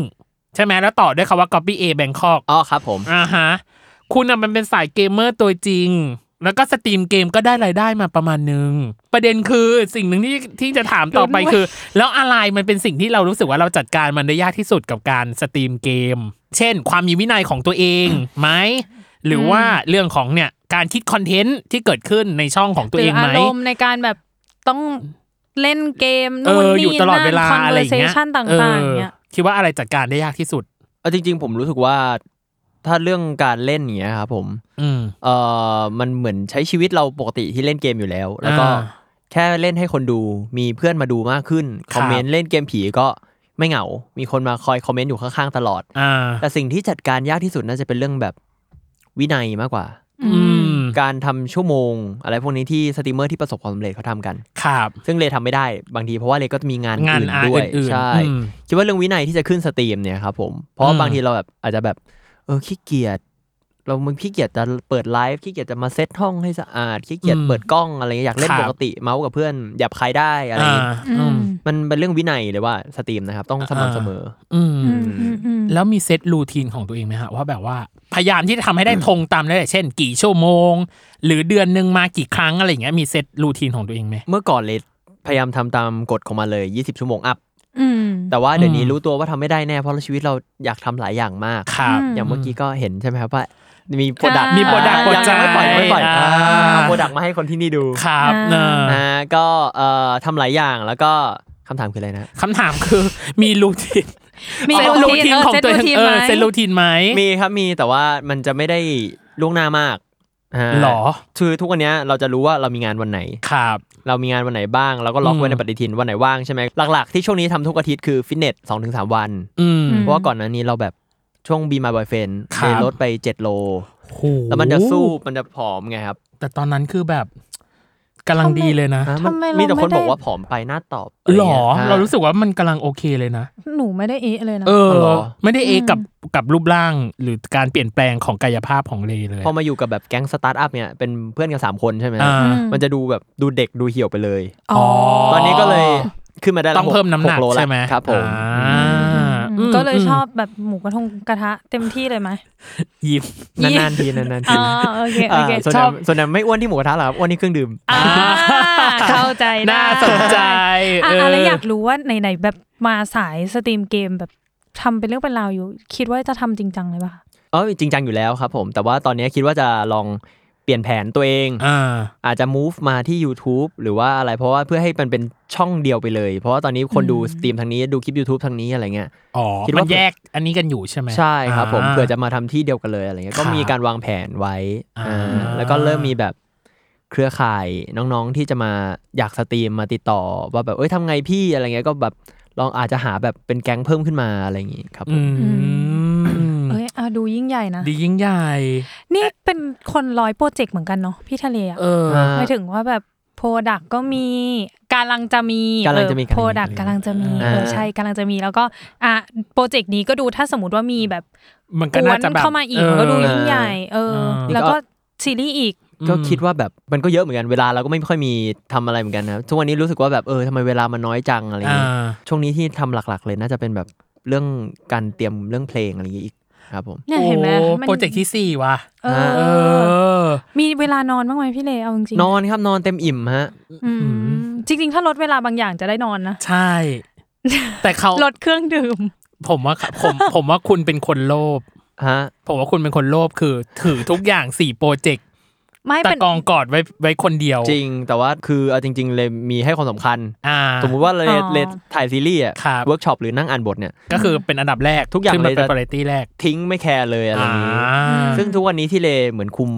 ใช่ไหมแล้วต่อด้วยคาว่า Copy A Bangkok อ๋อครับผม อ่าฮะคุณน่ะมันเป็นสายเกมเมอร์ตัวจริง แล้วก็สตรีมเกมก็ได้รายได้มาประมาณหนึ่งประเด็นคือสิ่งหนึ่งที่ที่จะถามต่อไปคือ แล้วอะไรมันเป็นสิ่งที่เรารู้สึกว่าเราจัดการมันได้ยากที่สุดกับการสตรีมเกม เช่น ความมีวินัยของตัวเอง ไหมหรือว่าเรื่องของเนี่ยการคิดคอนเทนต์ที่เกิดขึ้นในช่องของตัว หรื เอ อง อา ไหม รมณ์ในการแบบต้องเล่นเกมนู่น เออ นี่ อยู่ตลอดเวลา นั่น อะไรอย่างเงี้ย conversation เอ ต่าง อ ๆเนี่ย คิดว่าอะไรจัดการได้ยากที่สุด เอาจริง ๆ ผมรู้สึกว่าถ้าเรื่องการเล่นอย่างเงี้ยครับผม อืม เอ่อมันเหมือนใช้ชีวิตเราปกติที่เล่นเกมอยู่แล้ว แล้วก็ อ่า แค่เล่นให้คนดูมีเพื่อนมาดูมากขึ้น ค ครับ อมเมนต์เล่นเกมผีก็ไม่เหงา มีคนมาคอยคอมเมนต์อยู่ข้างๆตลอด อ่า แต่สิ่งที่จัดการยากที่สุดน่าจะเป็นเรื่องแบบวินัยมากกว่า อื อื ม ม การทำชั่วโมง อะไรพวกนี้ที่สตรีมเมอร์ที่ประสบความสำเร็จเขาทำกัน ครับ ซึ่งเลทำไม่ได้บางทีเพราะว่าเลก็มีงาน งาน อื่น อาร์ต ด้วย อื่นๆ ใช่ อืม คิดว่าเรื่องวินัยที่จะขึ้นสตรีมเนี่ยครับผมเพราะ อื ว่าม บางทีเราแบบอาจจะแบบเออขี้เกียจเรามันขี้เกียจจะเปิดไลฟ์ขี้เกียจจะมาเซตห้องให้สะอาดขี้เกียจเปิดกล้องอะไรเงี้ยอยากเล่นปกติเมาส์กับเพื่อนหยับใครได้อะไรเงี้ย อ่าอืม มันเป็นเรื่องวินัยเลยว่าสตรีมนะครับต้องสม่ำเสมอ อืม อืมอืมอืม แล้วมีเซตรูทีนของตัวเองไหมฮะว่าแบบว่าพยายามที่จะทำให้ได้ทงตามได้เช่น กี่ชั่วโมง หรือเดือนหนึ่งมากี่ครั้งอะไรอย่างเงี้ยมีเซตรูทีนของตัวเองไหม เมื่อก่อนเลพยายามทำตามกฎของมันเลย 20 ชั่วโมงอัพ อืม แต่ว่าเดี๋ยวนี้ อืม รู้ตัวว่าทำไม่ได้แน่เพราะชีวิตเราอยากทำหลายอย่างมาก ครับ อืม อย่างเมื่อกี้ก็เห็นใช่ไหมครับว่า มีโปรดัก อ่ามี product ปลดใจ ยังไม่ปล่อยยังไม่ปล่อย อ่า โปรดักมาให้คนที่นี่ดู ครับเออ อ่าก็เอ่อทำหลายอย่างแล้วก็คำถามคืออะไรนะ คำถามคือมีรูทีน มี เซตรูทีนของ เซต ตัว รู เอง ทีน เอ ไหม อเซตรูทีนไหม มีครับมีแต่ว่ามันจะไม่ได้ล่วงหน้ามากา หรอ คือทุกวันเนี้ยเราจะรู้ว่าเรามีงานวันไหน ครับ เรามีงานวันไหนบ้างเราก็ล็อกไว้ในปฏิทินวันไหนว่างใช่ไหมหลักๆที่ช่วงนี้ทำทุกอาทิตย์คือฟิตเนสสองถึงสามวัน อืม เพราะว่าก่อนหน้านี้เราแบบช่วงบีมาบอยเฟน ค เค รั ย บ ลดไปเจ็ดโล โห แล้วมันจะสู้มันจะผอมไงครับ แต่ตอนนั้นคือแบบกำลังดีเลยนะ อ่ะมัน ทำไมเรา มีแต่คน ไม่ได้ บอกว่าผอมไปหน้าตอบ หรอ ะไย่งงี้ย เรารู้สึกว่ามันกำลังโอเคเลยนะ หนูไม่ได้เอะเลยนะ เออ าเหรอ ไม่ได้เอะกับกับรูปร่างหรือการเปลี่ยนแปลงของกายภาพของเลเลย พอมาอยู่กับแบบแก๊งสตาร์ทอัพเนี่ยเป็นเพื่อนกันสามคนใช่ไหม อ่า มันจะดูแบบดูเด็กดูเหี่ยวไปเลย อ๋อ อ๋อ ตอนนี้ก็เลยขึ้นมาได้ละ ต้องเพิ่มน้ำหนัก โลละ ใช่ไหม ครับผม อ่า อ ม ก็เลยชอบ ม แบบหมูกระทงกระทะเต็มที่เลยไหม ยิ้ม นานๆทีนานๆ อ๋ ที อโอเคโอ อ่า เค ส่วน ช ใหญ่ อบ ส่วนใหญ่ไม่อ้วนที่หมูกระทะหรอกครับอ้วนที่เครื่องดื่ม อ่าเข้าใจได้ น่าสนใจ อ่ะ เออ อะ อ แล้วอยากรู้ว่าไหนๆแบบมาสายสตรีมเกมแบบทำเป็นเรื่องเป็นราวอยู่ คิดว่าจะทำจริงจังเลยป่ะ เออจริงจังอยู่แล้วครับผมแต่ว่าตอนนี้คิดว่าจะลอง เปลี่ยนแผนตัวเอง อ่า อาจจะ move มาที่ YouTube หรือว่าอะไรเพราะว่าเพื่อให้มันเป็นช่องเดียวไปเลย เพราะว่าตอนนี้คนดู อืม สตรีมทางนี้ดูคลิป YouTube ทางนี้อะไรเงี้ย อ๋อ คิดว่ามั มันแยกอันนี้กันอยู่ใช่ไหม ใช่ครับผม อ่า เผื่อจะมาทำที่เดียวกันเลยอะไรเงี้คยรับ ก็มีการวางแผนไว้อ่า อ่า แล้วก็เริ่มมีแบบเครือข่ายน้องๆที่จะมาอยากสตรีมมาติดต่อ ว่าแบบเอ้ยทำไงพี่อะไรเงี้ยก็แบบลองอาจจะหาแบบเป็นแก๊งเพิ่มขึ้นมาอะไรอย่างงี้ครับผ อื ม ม เอ้ยเอาดูยิ่งใหญ่นะ ดียิ่งใหญ่ นี่เป็นคนร้อยโปรเจกต์เหมือนกันเนาะพี่ทะเลอะ เออ อ่า หมายถึงว่าแบบโปรดักก็มีกำลังจะมี กำลังจะมี โปรดักกำลังจะมี อ่า เออใช่กำลังจะมีแล้วก็อ่ะโปรเจกต์นี้ก็ดูถ้าสมมติว่ามีแบบ มัน ก ก็ ว น่าน จะแบบ เข้ามาอีก เ มันก็ดูยิ่งใหญ่ เออ เออ แล้วก็ซีรีส์อีก อืม ก็คิดว่าแบบมันก็เยอะเหมือนกันเวลาเราก็ไม่ค่อยมีทำอะไรเหมือนกันนะทุกวันนี้รู้สึกว่าแบบเออทำไมเวลามันน้อยจังอะไรเงี้ย อ่า ช่วงนี้ที่ทำหลักๆ เลยน่าจะเป็นแบบเรื่องการเตรียมเรื่องเพลงอะไรอย่างงี้อีกครับผม เนี่ยเห็นไหม โอ้ มัน โปรเจกต์ที่สี่ว่ะ เอ เ เอ อ อ มีเวลานอนบ้างไหมพี่เลเอาจริงๆ นอนครับนอนเต็มอิ่มฮะ อืมจริง ๆ ถ้าลดเวลาบางอย่างจะได้นอนนะ ใช่ แต่เขา ลดเครื่องดื่ม ผมว่า ครับผมผมว่าคุณเป็นคนโลภ ฮะ ผมว่าคุณเป็นคนโลภคือ ถือทุกอย่าง สี่โปรเจกต์ ไม่ ตะ เป็น กองกอดไว้ไว้คนเดียว จริงแต่ว่าคือเอาจริง ๆ เลยมีให้ความสำคัญ อ่า สมมุติว่าเลย อ๋อ เลยถ่ายซีรีส์อะ ครับ เวิร์กช็อปหรือนั่งอ่านบทเนี่ย ก็คือเป็นอันดับแรก ทุกอย่าง ขึ้น เล มาย เป็น จะ p r i o r i t y แรก ทิ้งไม่แคร์เลยอะไร อ่า อย่างนี้ ซึ่งทุกวันนี้ที่เลเหมือนคุม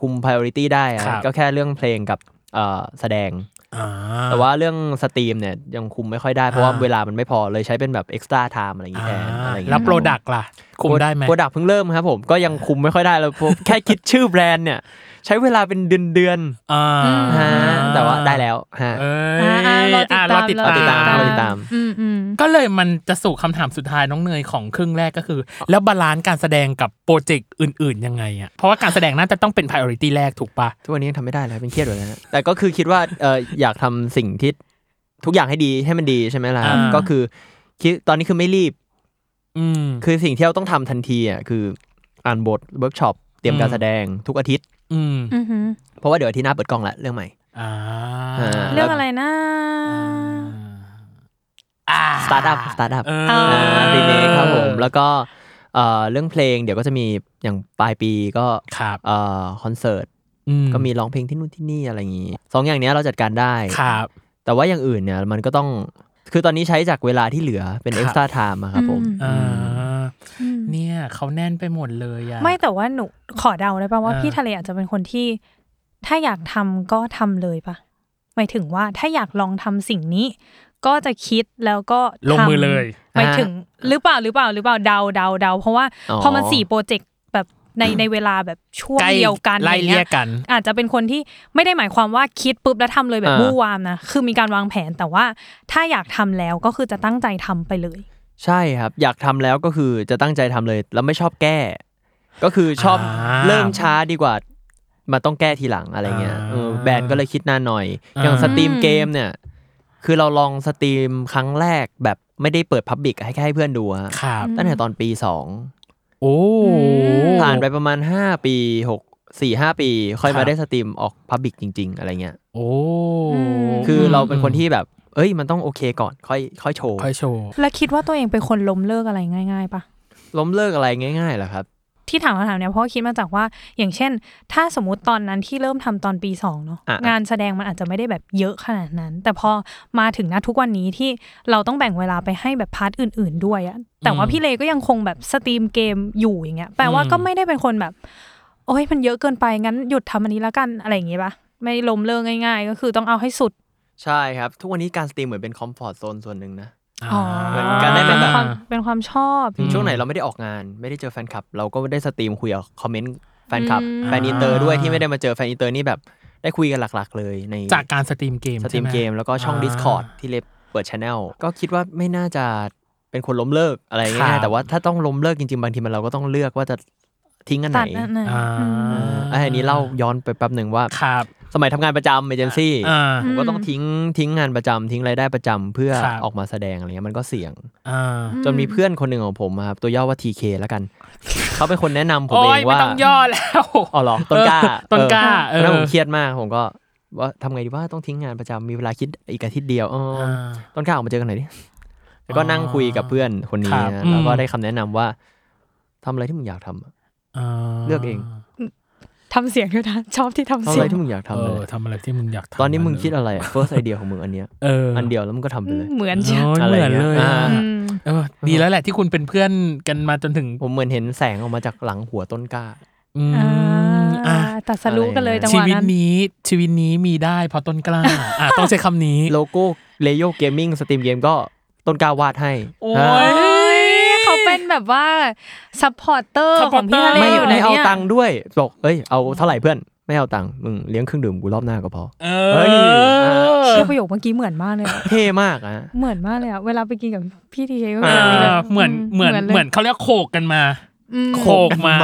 คุม priority ได้อะ ครับ ก็แค่เรื่องเพลงกับเอ่อแสดง อ่า แต่ว่าเรื่องสตรีมเนี่ยยังคุมไม่ค่อยได้ เพราะว่า อ่า เวลามันไม่พอเลยใช้เป็นแบบ extra time อะไรอย่างนี้ อ่า แทนอะไรอย่าง แล้ว เงี้ย โปรดักต์ล่ะ คุมได้ไหม โปรดักเพิ่งเริ่มครับผมก็ยังคุมไม่ค่อยได้แล้วเพราะ แค่คิดชื่อแบรนด์เนี่ยใช้เวลาเป็นเดือนเดือน อ่า ๆฮะแต่ว่าได้แล้วฮะ เอ้ย อ่าอ่ารอติดตาอ่าม รอติดตามรอติดตาม อืมอืม ก็เลยมันจะสู่คำถามสุดท้ายน้องเนยของครึ่งแรกก็คือ แล้วบาลานซ์การแสดงกับโปรเจกต์อื่น ๆ ยังไงอ่ะเพราะว่าการแสดงน่าจะต้องเป็น p r i o r i t y แรกถูกปะ ทุกวันนี้ยังทำไม่ได้แล้วเป็นเครียดอยู่แล้วฮะ แต่ก็คือคิดว่าเอออยากทำสิ่งที่ทุกอย่างให้ดีให้มันดีใช่ไหมล่ะ อ่า ก็คือคิดตอนนี้คือไม่รีบ อืม คือสิ่งที่เราต้องทำทันทีอ่ะคืออ่านบทเวิร์กช็อปเตรียม อืม การแสดงทุกอาทิตย์ อืม อือหือ เพราะว่าเดี๋ยวอาทิตย์หน้าเปิดกล้องละเรื่องใหม่ อ่า อ่า เรื่องอะไรนะ อ่า สตาร์ทอัพสตาร์ทอัพ เออ รีเมคครับผมแล้วก็เอ่อเรื่องเพลงเดี๋ยวก็จะมีอย่างปลายปีก็ ครับ เอ่อคอนเสิร์ต อื ก็มีร้องเพลงที่นู่นที่นี่อะไรอย่างงี้สองอย่างเนี้ยเราจัดการได้ ครับ แต่ว่าอย่างอื่นเนี่ยมันก็ต้อง คือตอนนี้ใช้จากเวลาที่เหลือเป็คนรับ extra time อะครับผม อืม อ่า อืม เนี่ยเขาแน่นไปหมดเลยอะ ไม่แต่ว่าหนูขอเดาได้ป่ะว่า อ่า พี่ทะเลอาจจะเป็นคนที่ ถ้าอยากทำก็ทำเลยป่ะหมายถึงว่าถ้าอยากลองทำสิ่งนี้ ก็จะคิดแล้วก็ ลง ทำ มือเลย หมายถึงหรือเปล่าหรือเปล่าหรือเปล่าเดาเดาเดาเพราะว่าพอมันสี่โปรเจกต์แบบในในเวลาแบบช่วง ใกล้ เดียวกัน ไล่ อย่าง เลี่ เงี้ ย ย กัน อาจจะเป็นคนที่ไม่ได้หมายความว่าคิดปุ๊บแล้วทำเลยแบบ อ่า มู่วามนะ คือมีการวางแผนแต่ว่าถ้าอยากทำแล้วก็คือจะตั้งใจทำไปเลย ใช่ครับ อยากทำแล้วก็คือจะตั้งใจทำเลย แล้วไม่ชอบแก้ ก็คือชอบ อ่า เริ่มช้าดีกว่า มาต้องแก้ทีหลังอะไรเงี้ย อ่า เออแบรนด์ก็เลยคิดนานหน่อย อย่าง อ่า สตรีม อืม เกมเนี่ย คือเราลองสตรีมครั้งแรกแบบไม่ได้เปิดพับบิกให้แค่ให้เพื่อนดูฮะ ครับ ตั้งแต่ตอนปีสอง โอ้ อืม ผ่านไปประมาณ 5 ปีหกสี่ห้าปี ค่อยมาได้สตรีมออกพับบิกจริง ๆ อะไรเงี้ย โอ้ อืม คือเราเป็นคนที่แบบ เอ้ย มันต้องโอเคก่อน ค่อย ค่อยโชว์ ค่อยโชว์ แล้วคิดว่าตัวเองเป็นคนล้มเลิกอะไรง่ายๆปะ ล้มเลิกอะไรง่ายๆเหรอครับ ที่ถามคำถามเนี้ยเพราะว่าคิดมาจากว่าอย่างเช่น ถ้าสมมติตอนนั้นที่เริ่มทำตอนปีสองเนาะ อ่ะ งานแสดงมันอาจจะไม่ได้แบบเยอะขนาดนั้น แต่พอมาถึงนะทุกวันนี้ที่เราต้องแบ่งเวลาไปให้แบบพาร์ทอื่น ๆ ด้วยอะแต่ว่า อืม พี่เลก็ยังคงแบบสตรีมเกมอยู่อย่างเงี้ยแปลว่า อืม ก็ไม่ได้เป็นคนแบบ โอ้ยมันเยอะเกินไปงั้นหยุดทำอันนี้แล้วกันอะไรอย่างงี้ปะไม่ล้มเลิกง่าย ๆ ก็คือต้องเอาให้สุด ใช่ครับ ทุกวันนี้การสตรีมเหมือนเป็นคอมฟอร์ z โซนส่วนหนึ่งนะ อ๋อ เหมือนกันได้เป็นแบบ ความเป็นความชอบ อืม ช่วงไหนเราไม่ได้ออกงาน ไม่ได้เจอแฟนคลับ เราก็ได้สตรีมคุยกับคอมเมนต์แฟนคลับ อืม แฟนอินเตอร์ด้วยที่ไม่ได้มาเจอแฟนอินเตอร์นี่แบบได้คุยกันหลักๆ เลยใน จากการสตรีมเกม สตรีมเกม ใช่ไห แล้วก็ช่อง อ่า Discord ที่เล็บเปิดช anel ก็คิดว่าไม่น่าจะเป็นคนล้มเลิกอะไร ครั ง่าย บ ๆแต่ว่าถ้าต้องล้มเลิกจริงๆ บางทีมันเราก็ต้องเลือกว่าจะทิ้งอันไหน ตัดนั่นน่ะ อ่า อืม อ่าอันนี้เล่าย้อนไปแป๊บหนึ่งว่า ครับ สมัยทำงานประจำเอเจนซี่ อ่า ผมก็ต้องทิ้งทิ้งงานประจำทิ้งรายได้ประจำเพื่อ ครับ ออกมาแสดงอะไรเงี้ยมันก็เสี่ยง อ่า จนมีเพื่อนคนหนึ่งของผมอะครับตัวย่อว่า TK แล้วกัน เขาเป็นคนแนะนำผม โอ้ เอย ง ไม่ ว่า ต้องย่อแล้ว อ๋อเหรอต้นกล้า เออต้นกล้า เออตอนนั้นผม เออ เครียดมากผมก็ว่าทำไงดีว่าต้องทิ้งงานประจำมีเวลาคิดอีกอาทิตย์เดียวเอออ อ่า ต้นกล้าออกมาเจอกันหน่อยดิแล้วก็นั่งคุยกับเพื่อนคนนี้ ครับ นะ อืม แล้วก็ได้คำแนะนำว่าทำอะไรที่มึงอยากทำอะ เลือกเอง ท ทำเสียงด้วยนะ ชอบที่ทำ ทำ เสี อะไร ยง ที่มึงอยากทำ เอ เล อย ทำอะไรที่มึงอยากทำ ตอนนี้มึงคิด อะไร first idea ของมึงอันเนี้ย เออ อั อั นเดียวแล้วมึงก็ทำไปเลย เหมือน โอ้ย อะ เห ไร มื อ อน ย่างเลยเงี้ยอ่า อืม เออดีแล้วแหละที่คุณเป็นเพื่อนกันมาจนถึง ผมเหมือนเห็นแสงออกมาจากหลังหัวต้นกล้า อืม อ่า อ่ะ ตัดสรู้กันเลยจังห ชี วะ วิต นั้น นี้ชีวิตนี้มีได้เพราะต้น กล้าอ่ะต้องใช้คำนี้ โลโก้เลโยเกมมิ่งสตรีมเกมก็ต้นกล้าวาดให้ โอ้ ฮะ ย เอ้ยเขาเป็นแบบว่าซัพพอร์เตอร์ของพี่ทะเล ไม่ อยู่นะ ไม่เอา เนี่ย ตังค์ด้วยบอกเอ้ยเอาเท่าไหร่เพื่อนไม่เอาตังค์มึงเลี้ยงเครื่องดื่มกูรอบหน้าก็ พอ เอ เฮ้ย อ เชื่อประโยคเมื่อกี้เหมือนมากเลยอะ เท่มากอะ เหมือนมากเลยอะเวลาไปกินกับพี่ทีก็ เอ แบบนี้เลย อเหมือนเหมือน ลย เหมือนเขาเรียกโขกกันมา อืม โขกมา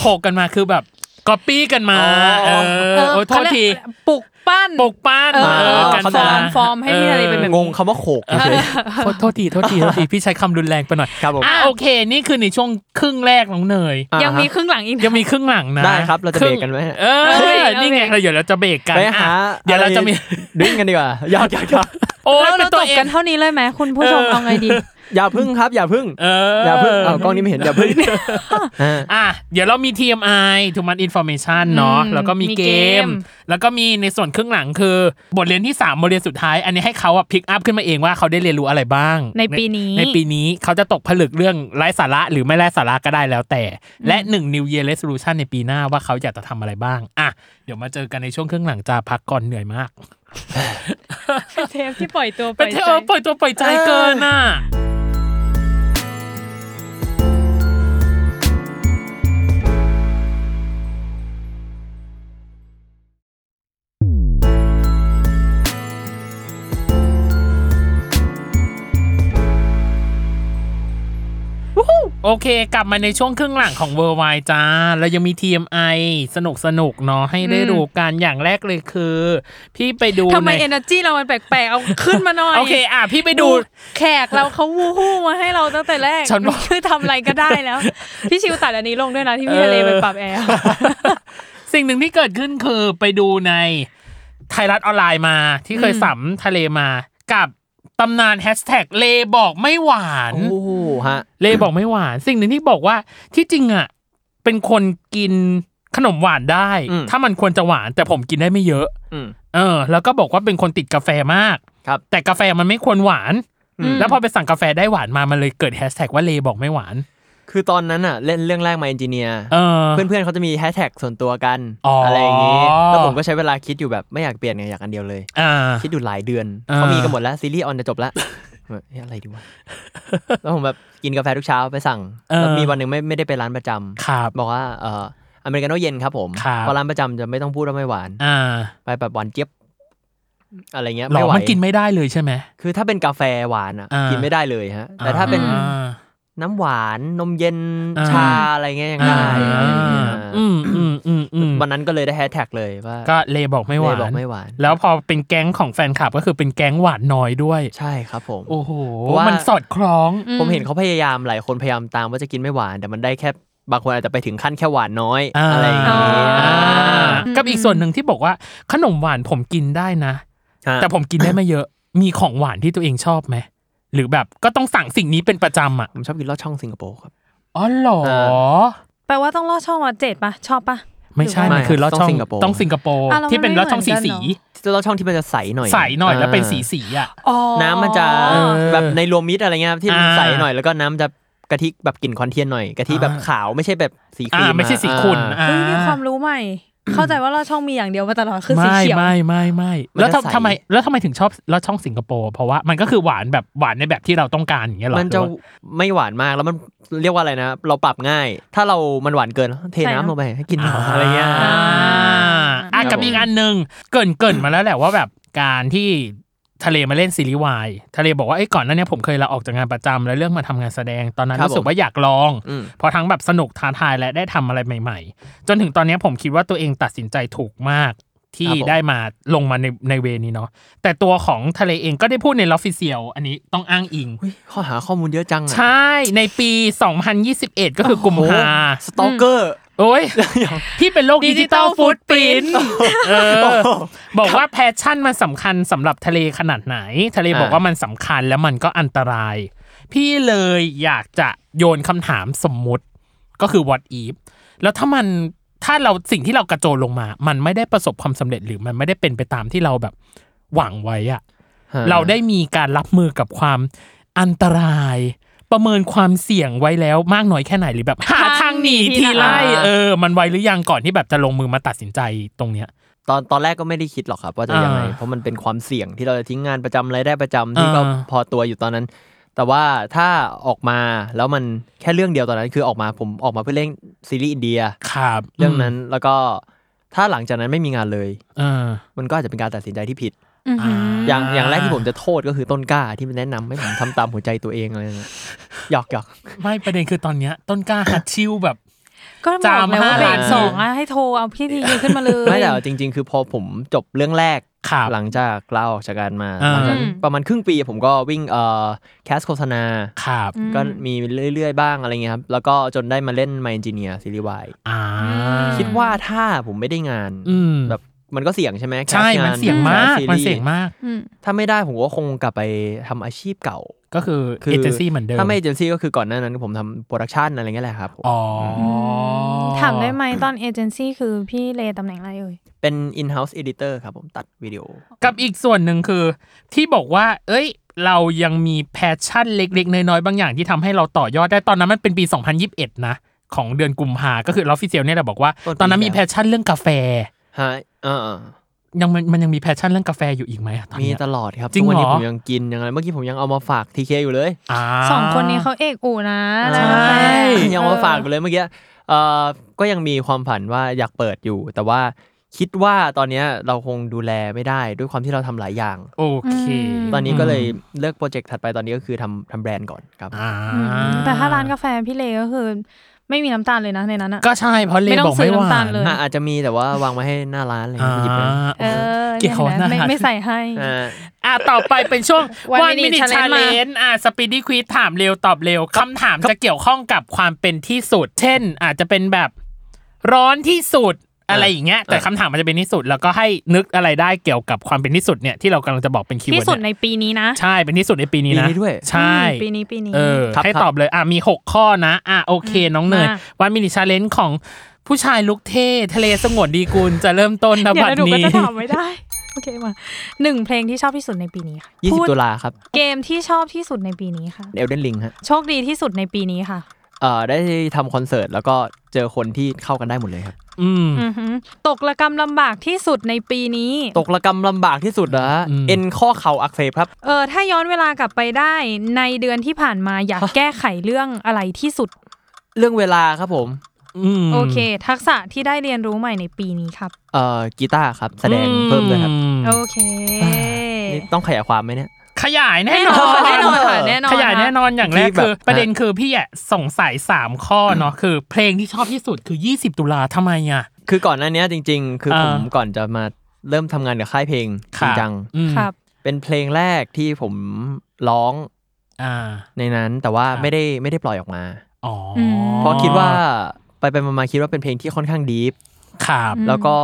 โขกกันมาคือแบบก๊อปปี้กันมา เออโอ้ยโทษที ปลุกปั้น ปลุกป้าน เออ เออกัน ฟอร์มฟอร์มให้พี่อะไรเป็นแบบ งงคำว่าโขกเฉ ย โทษโทษทีโทษทีโทษทีพี่ใช้คำรุนแรงไปหน่อย ๆครับผม อ่ะโอเค นี่คือในช่วงครึ่งแรกของเน ย อ่าฮะ ยังมีครึ่งหลังอีกนะ ยังมีครึ่งหลังนะ ได้ครับเราจะ คง เบรกกันไหม เอ เบร อก นี่ไง เบรก เราเดี๋ยวเราจะเบรกกัน ไปหา อ่ะเดี๋ยวเราจะมี ดิ้งกันดีกว่า อย่าอย่าอย่า โอ้ย แล้ว เป็น เราตตัว บ เอ กั ง นเท่านี้เลยไหมคุณผู้ชมเอาไงดี อย่าพึ่งครับ อย่าพึ่ง เออ อ อ ย่าพึ่งเอากล้องนี้ไม่เห็นอย่า พึ่งอ่า อ่ะเดี๋ยวเรามี TMI ทูมันอิน r m เมชันเนาะ อืม แล้วก็มี มี เก เก ม ม แล้วก็มีในส่วนครึ่งหลังคือ บทเรียนที่ 3 บทเรียนสุดท้าย อันนี้ให้เขาอะพิกอัพขึ้นมาเองว่าเขาได้เรียนรู้อะไรบ้าง ในปีนี้ ในปีนี้เขาจะตกผลึกเรื่องไร้สาระหรือไม่ไร้สาระก็ได้แล้วแต่ และ 1 New Year Resolution ในปีหน้าว่าเขาอยากจะทำอะไรบ้าง อ่ะ เดี๋ยวมาเจอกันในช่วงครึ่งหลังจ้าพักก่อนเหนื่อยมาก เทปที่ปล่อยตัว เป็นเทปเออปล่อยตัวปล่อยใจเกินอ่ะ โอเค กลับมาในช่วงครึ่งหลังของเวอร์ไวจ้า เรายังมี TMI สนุกสนุกๆเนาะให้ได้ดูกันอย่างแรกเลยคือ พี่ไปดู ทำไม ใน เอเนอร์จีเรามันแปลกๆ เอาขึ้นมาหน่อย โอเค อ่ะ พี่ไปดู แขกเราเขาวูฮู้มาให้เราตั้งแต่แรก ฉันบอก คือทำอะไรก็ได้ แล้ว พี่ชิวตัดอันนี้ลงด้วยนะที่พี่ทะเลไปปรับแอร์ สิ่งหนึ่งที่เกิดขึ้นคือไปดูในไทยรัฐออนไลน์มา ที่เคยสัมทะเลมา กับตำนานแฮชแท็กเลบอกไม่หวาน โอ้โหฮะ เลบอกไม่หวาน สิ่งหนึ่งที่บอกว่าที่จริงอ่ะเป็นคนกินขนมหวานได้ อืม ถ้ามันควรจะหวานแต่ผมกินได้ไม่เยอะ อืม เออ แล้วก็บอกว่าเป็นคนติดกาแฟมาก ครับ แต่กาแฟมันไม่ควรหวาน อืม แล้วพอไปสั่งกาแฟได้หวานมามันเลยเกิดแฮชแท็กว่าเลบอกไม่หวาน คือตอนนั้นอ่ะ เล่นเรื่องแรกมาเอนจิเนียร์ เออ เพื่อนๆเขาจะมีแฮชแท็กส่วนตัวกัน อ๋ออ อะไรอย่างนี้ แล้วผมก็ใช้เวลาคิดอยู่แบบไม่อยากเปลี่ยนไงอยากอันเดียวเลย อ่า คิดอยู่หลายเดือน อ่า เขามีกันหมดแล้ว ซีรีส์ออนจะจบแล้วแบบเอ๊ะอะไรดีวะ แล้วผมแบบกินกาแฟทุกเช้าไปสั่งแล้วมีวันหนึ่งไม่ไม่ได้ไปร้านประจำ ครับ บอกว่าเอ่ออเมริกาโน่เย็นครับผม ครับ เพราะร้านประจำจะไม่ต้องพูดว่าไม่หวาน อ่า ไปแบบหวานเจี๊ยบอะไรเงี้ย หร ไม่ อ ไหว มันกินไม่ได้เลยใช่ไหม คือถ้าเป็นกาแฟหวานอ่ะ อ่ากิ กินไม่ได้เลยฮะ แต่ถ้าเป็น อ่า น้ำหวานนมเย็น อ่า ชาอะไรเงี้ยยังได้อะไรเงี้ย อืมอืมอืมอืม วันนั้นก็เลยได้แฮชแท็กเลยว่า ก็เลบอกไม่หวา เลยบอก น ไม่หวาน แล้วพอเป็นแก๊งของแฟนคลับก็คือเป็นแก๊งหวานน้อยด้วย ใช่ครับผม โอ้โห เพราะว่ามั มันสอดคล้อง ผมเห็นเขาพยายามหลายคนพยายามตามว่าจะกินไม่หวานแต่มันได้แค่บางคนอาจจะไปถึงขั้นแค่หวานน้อย อ่า อะไรอย่างนี้ อ่า อ่า กับอีกส่วนหนึ่งที่บอกว่าขนมหวานผมกินได้นะ ฮะ แต่ผมกินได้ไม่เยอะ มีของหวานที่ตัวเองชอบไหม หรือแบบก็ต้องสั่งสิ่งนี้เป็นประจำอ่ะ ผมชอบกินลอดช่องสิงคโปร์ครับ อ๋อเหรอ อ่ แปลว่าต้องลอดช่องวัดเจ็ดปะชอบปะ ไม่ใช่ ไม่ มันคือลอดช่อง ต้องสิงคโปร์ ต้องสิงคโปร์ อ่ะแล้วมัน ที่เป็นลอดช่องสี ไม่เหมือน สี กัน ลอดช่องที่มันจะใสหน่อย ใสหน่อยแล้วเป็นสีสีๆอ่ะ อ๋อ น้ำมันจะ เออ แบบในรวมมิตรอะไรเงี้ยที่มัน อ่า ใสหน่อยแล้วก็น้ำจะกะทิแบบกลิ่นคอนเทียนหน่อยกะทิแบบ อ่า ขาวไม่ใช่แบบสีครี อ่ามไม่ใช่สีขุ่น อ่า อ่า เฮ้ยนี่ความรู้ใหม่ เข้าใจว่าลอดช่องมีอย่างเดียวมาตลอดคือสี ไม่ เขียว ไม่ไม่ไม่ มัน แล้ว จะใส ทำทำไมแล้วทำไมถึงชอบแล้วช่องสิงคโปร์เพราะว่ามันก็คือหวานแบบหวานในแบบที่เราต้องการอย่างเงี้ยหรอ มันหรืจะอว่า ไม่หวานมากแล้วมันเรียกว่าอะไรนะ เราปรับง่าย ถ้าเรามันหวานเกินเทน้ำลงไปให้กินหน่อยอะไรเงี้ย อ่าอ่ะกับอีกอันหนึ่งเกรินเกรินมาแล้วแหละว่าแบบการที่ทะเลมาเล่นซีรีส์วายทะเลบอกว่าไอ้ยก่อนหน้าเนี้ผมเคยลาออกจากงานประจำแล้วเรื่องมาทำงานแสดงตอนนั้น ครับ รู้สึก ผม ว่าอยากลอง อืม เพราะทั้งแบบสนุกท้าทายและได้ทำอะไรใหม่ ๆ จนถึงตอนนี้ผมคิดว่าตัวเองตัดสินใจถูกมากที่ ครับผม ได้มาลงมาในในเวนี้เนาะแต่ตัวของทะเลเองก็ได้พูดในลอฟฟิเชียลอันนี้ต้องอ้างอิง เฮ้ยข้อหาข้อมูลเยอะจังอะ ใช่ในปี 2021 ก็คือกุมภา สตอกเกอร์ โอ้ยที่เป็นโลกดิจิตอ Digital ลฟุตปิน footprint เออ บอกว่าแพชชั่นมันสำคัญสำหรับทะเลขนาดไหน ทะเลบอก อ่า ว่ามันสำคัญและมันก็อันตราย พี่เลยอยากจะโยนคำถามสมมุติก็คือ what if แล้วถ้ามัน ถ้าเราสิ่งที่เรากระโจนลงมา มันไม่ได้ประสบความสำเร็จหรือมันไม่ได้เป็นไปตามที่เราแบบหวังไว้อะ ฮะ เราได้มีการรับมือกับความอันตราย ประเมินความเสี่ยงไว้แล้วมากน้อยแค่ไหนหรือแบบหาทางหนีทีไล่เออ มันไวหรือยังก่อนที่แบบจะลงมือมาตัดสินใจตรงเนี้ย ตอนตอนแรกก็ไม่ได้คิดหรอกครับ ว่าจะยังไง อ่า เพราะมันเป็นความเสี่ยงที่เราจะทิ้งงานประจำรายได้ประจำที่ก็ อ่า พอตัวอยู่ตอนนั้น แต่ว่าถ้าออกมาแล้วมันแค่เรื่องเดียวตอนนั้นคือออกมาผมออกมาเพื่อเล่นซีรีส์อินเดีย ครับ เรื่องนั้นแล้วก็ถ้าหลังจากนั้นไม่มีงานเลย เออ มันก็อาจจะเป็นการตัดสินใจที่ผิด อือหืออ อย่างอย่างแรกที่ผมจะโทษก็คือต้นกล้าที่มันแนะนำให้ผมทำตามหัวใจตัวเองอะไรเงี้ยหยอกหยอก ไม่ประเด็นคือตอนเนี้ยต้นกล้าฮัดชิวแบบ ก็บอกแล้วว่า จามห้า เบรก ล้าน สองอะให้โทรเอาพี่ทีขึ้นมาเลย ไม่แต่จริง ๆ คือพอผมจบเรื่องแรก ขาบ หลังจากลาออกจากการมา อ่า หลังจาก อืม ประมาณครึ่งปีผมก็วิ่งเอ่อแคสโฆษณา ขาบ อืม ก็มีเรื่อยๆบ้างอะไรเงี้ยครับ แล้วก็จนได้มาเล่น My Engineer ซีรีส์วาย อ่า อืม คิดว่าถ้าผมไม่ได้งาน อืม แบบมันก็เสี่ยงใช่ไหม cast ใช่ งา มันเสี่ยงมาก แคสซีรีส์ มันเสี่ยงมาก อืม ถ้าไม่ได้ผมก็คงกลับไปทำอาชีพเก่า ก็คือ คือ เอเจนซี่เหมือนเดิม ถ้าไม่เอเจนซี่ก็คือก่อนหน้านั้นผมทำโปรดักชันอะไรเงี้ยแหละครับผม อ๋ออ ถามได้ไหมตอนเอเจนซี่คือพี่เลตำแหน่งอะไรเอ่ย เป็น in-house editor ครับผมตัดวิดีโอ กับอีกส่วนหนึ่งคือ ที่บอกว่า เอ้ย เรายังมีแพชชั่นเล็กๆ น้อยๆ บางอย่างที่ทำให้เราต่อยอดได้ตอนนั้นมันเป็นปี 2021 นะ ของเดือนกุมภาก็คือเราฟิเซียลเนี่ยแหละบอกว่า ต้นปี ตอนนั้นมี แล้ว แพชชั่นเรื่องกาแฟ ฮะอ่าๆ ยังมันมันยังมีแพชชั่นเรื่องกาแฟอยู่อีกไหมอะตอน มี เนี้ย ตลอดครับ จริง ทุกวันนี้ เหรอ ผมยังกินยังอะไรเมื่อกี้ผมยังเอามาฝากทีเคอยู่เลย า สองคนนี้เขาเอกอูนะ ใช่ แล้ว ยังเอามาฝากอยู่เลยเมื่อกี้เอ่อก็ยังมีความฝันว่าอยากเปิดอยู่ แต่ว่าคิดว่าตอนเนี้ยเราคงดูแลไม่ได้ด้วยความที่เราทำหลายอย่าง โอเค ตอนนี้ก็เลยเลือกโปรเจกต์ถัดไปตอนนี้ก็คือทำทำแบรนด์ก่อนครับ อ่า อืมแต่ถ้าร้านกาแฟพี่เลก็คือ ไม่มีน้ำตาลเลยนะในนั้นอะ ก็ใช่เพราะเล ไม่ต้ บ อ อง ก ซื้อไม่ห น้ำ วา ตาน ลเลย อ่ะอาจจะมีแต่ว่าวางไว้ให้หน้าร้านอะไรอย่าง อ่า เงี้ยหยิบไป เออ เกี่ยว เนี่ย นะ ไม่ไม่ใส่ให้ อ่า อ่ะต่อไปเป็นช่วง One One Minute Minute Challenge Challenge อ่ะสปีดดี้ควีถามเร็วตอบเร็วคำถามจะเกี่ยวข้องกับความเป็นที่สุด เช่น อาจจะเป็นแบบร้อนที่สุดอะไรอย่างเงี้ย แต่คำถามมันจะเป็นที่สุด แล้วก็ให้นึกอะไรได้เกี่ยวกับความเป็นที่สุดเนี่ยที่เรากำลังจะบอกเป็นคีย์ ที่ เวิร์ด สุด เนี่ย ในปีนี้นะ ใช่เป็นที่สุดในปีนี้ ปี นะ นี้ด้วย ใช่ อืมปีนี้ปีนี้ เออ ครับ ให้ ครับ ตอบเลยอ่ะมี 6 ข้อนะ อ่ะโอเค น้องเนย มา วันมินิชาเลนจ์ของผู้ชายลุกเท่ทะเลสงวนดีกุลจะเริ่มต้นนะ เดี๋ย บั ว ด เราดูก็ นี้ จะถามไม่ได้ โอเคมาหนึ่งเพลงที่ชอบที่สุดในปีนี้ค่ะ ยี่สิ พู บ ด ตุลาครับ เกมที่ชอบที่สุดในปีนี้ค่ะ เอลเดนลิงฮะ โชคดีที่สุดในปีนี้ค่ะ เอ่อได้ทำคอนเสิร์ตแล้วก็เจอคนที่เข้ากันได้หมดเลยครับ อืม อือหือตกระกรรมลำบากที่สุดในปีนี้ ตกระกำลำบากที่สุดนะฮะ อืม เอ็นข้อเข่าอักเสบครับ เออถ้าย้อนเวลากลับไปได้ในเดือนที่ผ่านมาอยากแก้ไขเรื่องอะไรที่สุด เรื่องเวลาครับผม อืม โอเค ทักษะที่ได้เรียนรู้ใหม่ในปีนี้ครับ เอ่อกีตาร์ครับ แสดงเพิ่มด้วยครับ อืม โอเค นี่ต้องขยายความไหมเนี่ย ขยายแน่ แน่นนอ อน น แน่นอนค่ะแน่นอน ขยายแน่นอนอย่างแรก ที่แบบ คือ ประเด็น ฮะ คือพี่อะสงสัย 3 ข้อเนาะคือ เพลงที่ชอบที่สุดคือ 20 ตุลาทำไมอ่ะ คือก่อนหน้าเนี้ยจริง ๆ คือผม อ่า ก่อนจะมาเริ่มทำงานกับค่ายเพลงจริงจัง อืม ครับ เป็นเพลงแรกที่ผมร้อง อ่า ในนั้นแต่ว่า ครับ ไม่ได้ไม่ได้ปล่อยออกมา อ๋ออ ม เพราะคิดว่าไปไปมาๆคิดว่าเป็นเพลงที่ค่อนข้างดีฟ ครับ อืม แล้วก็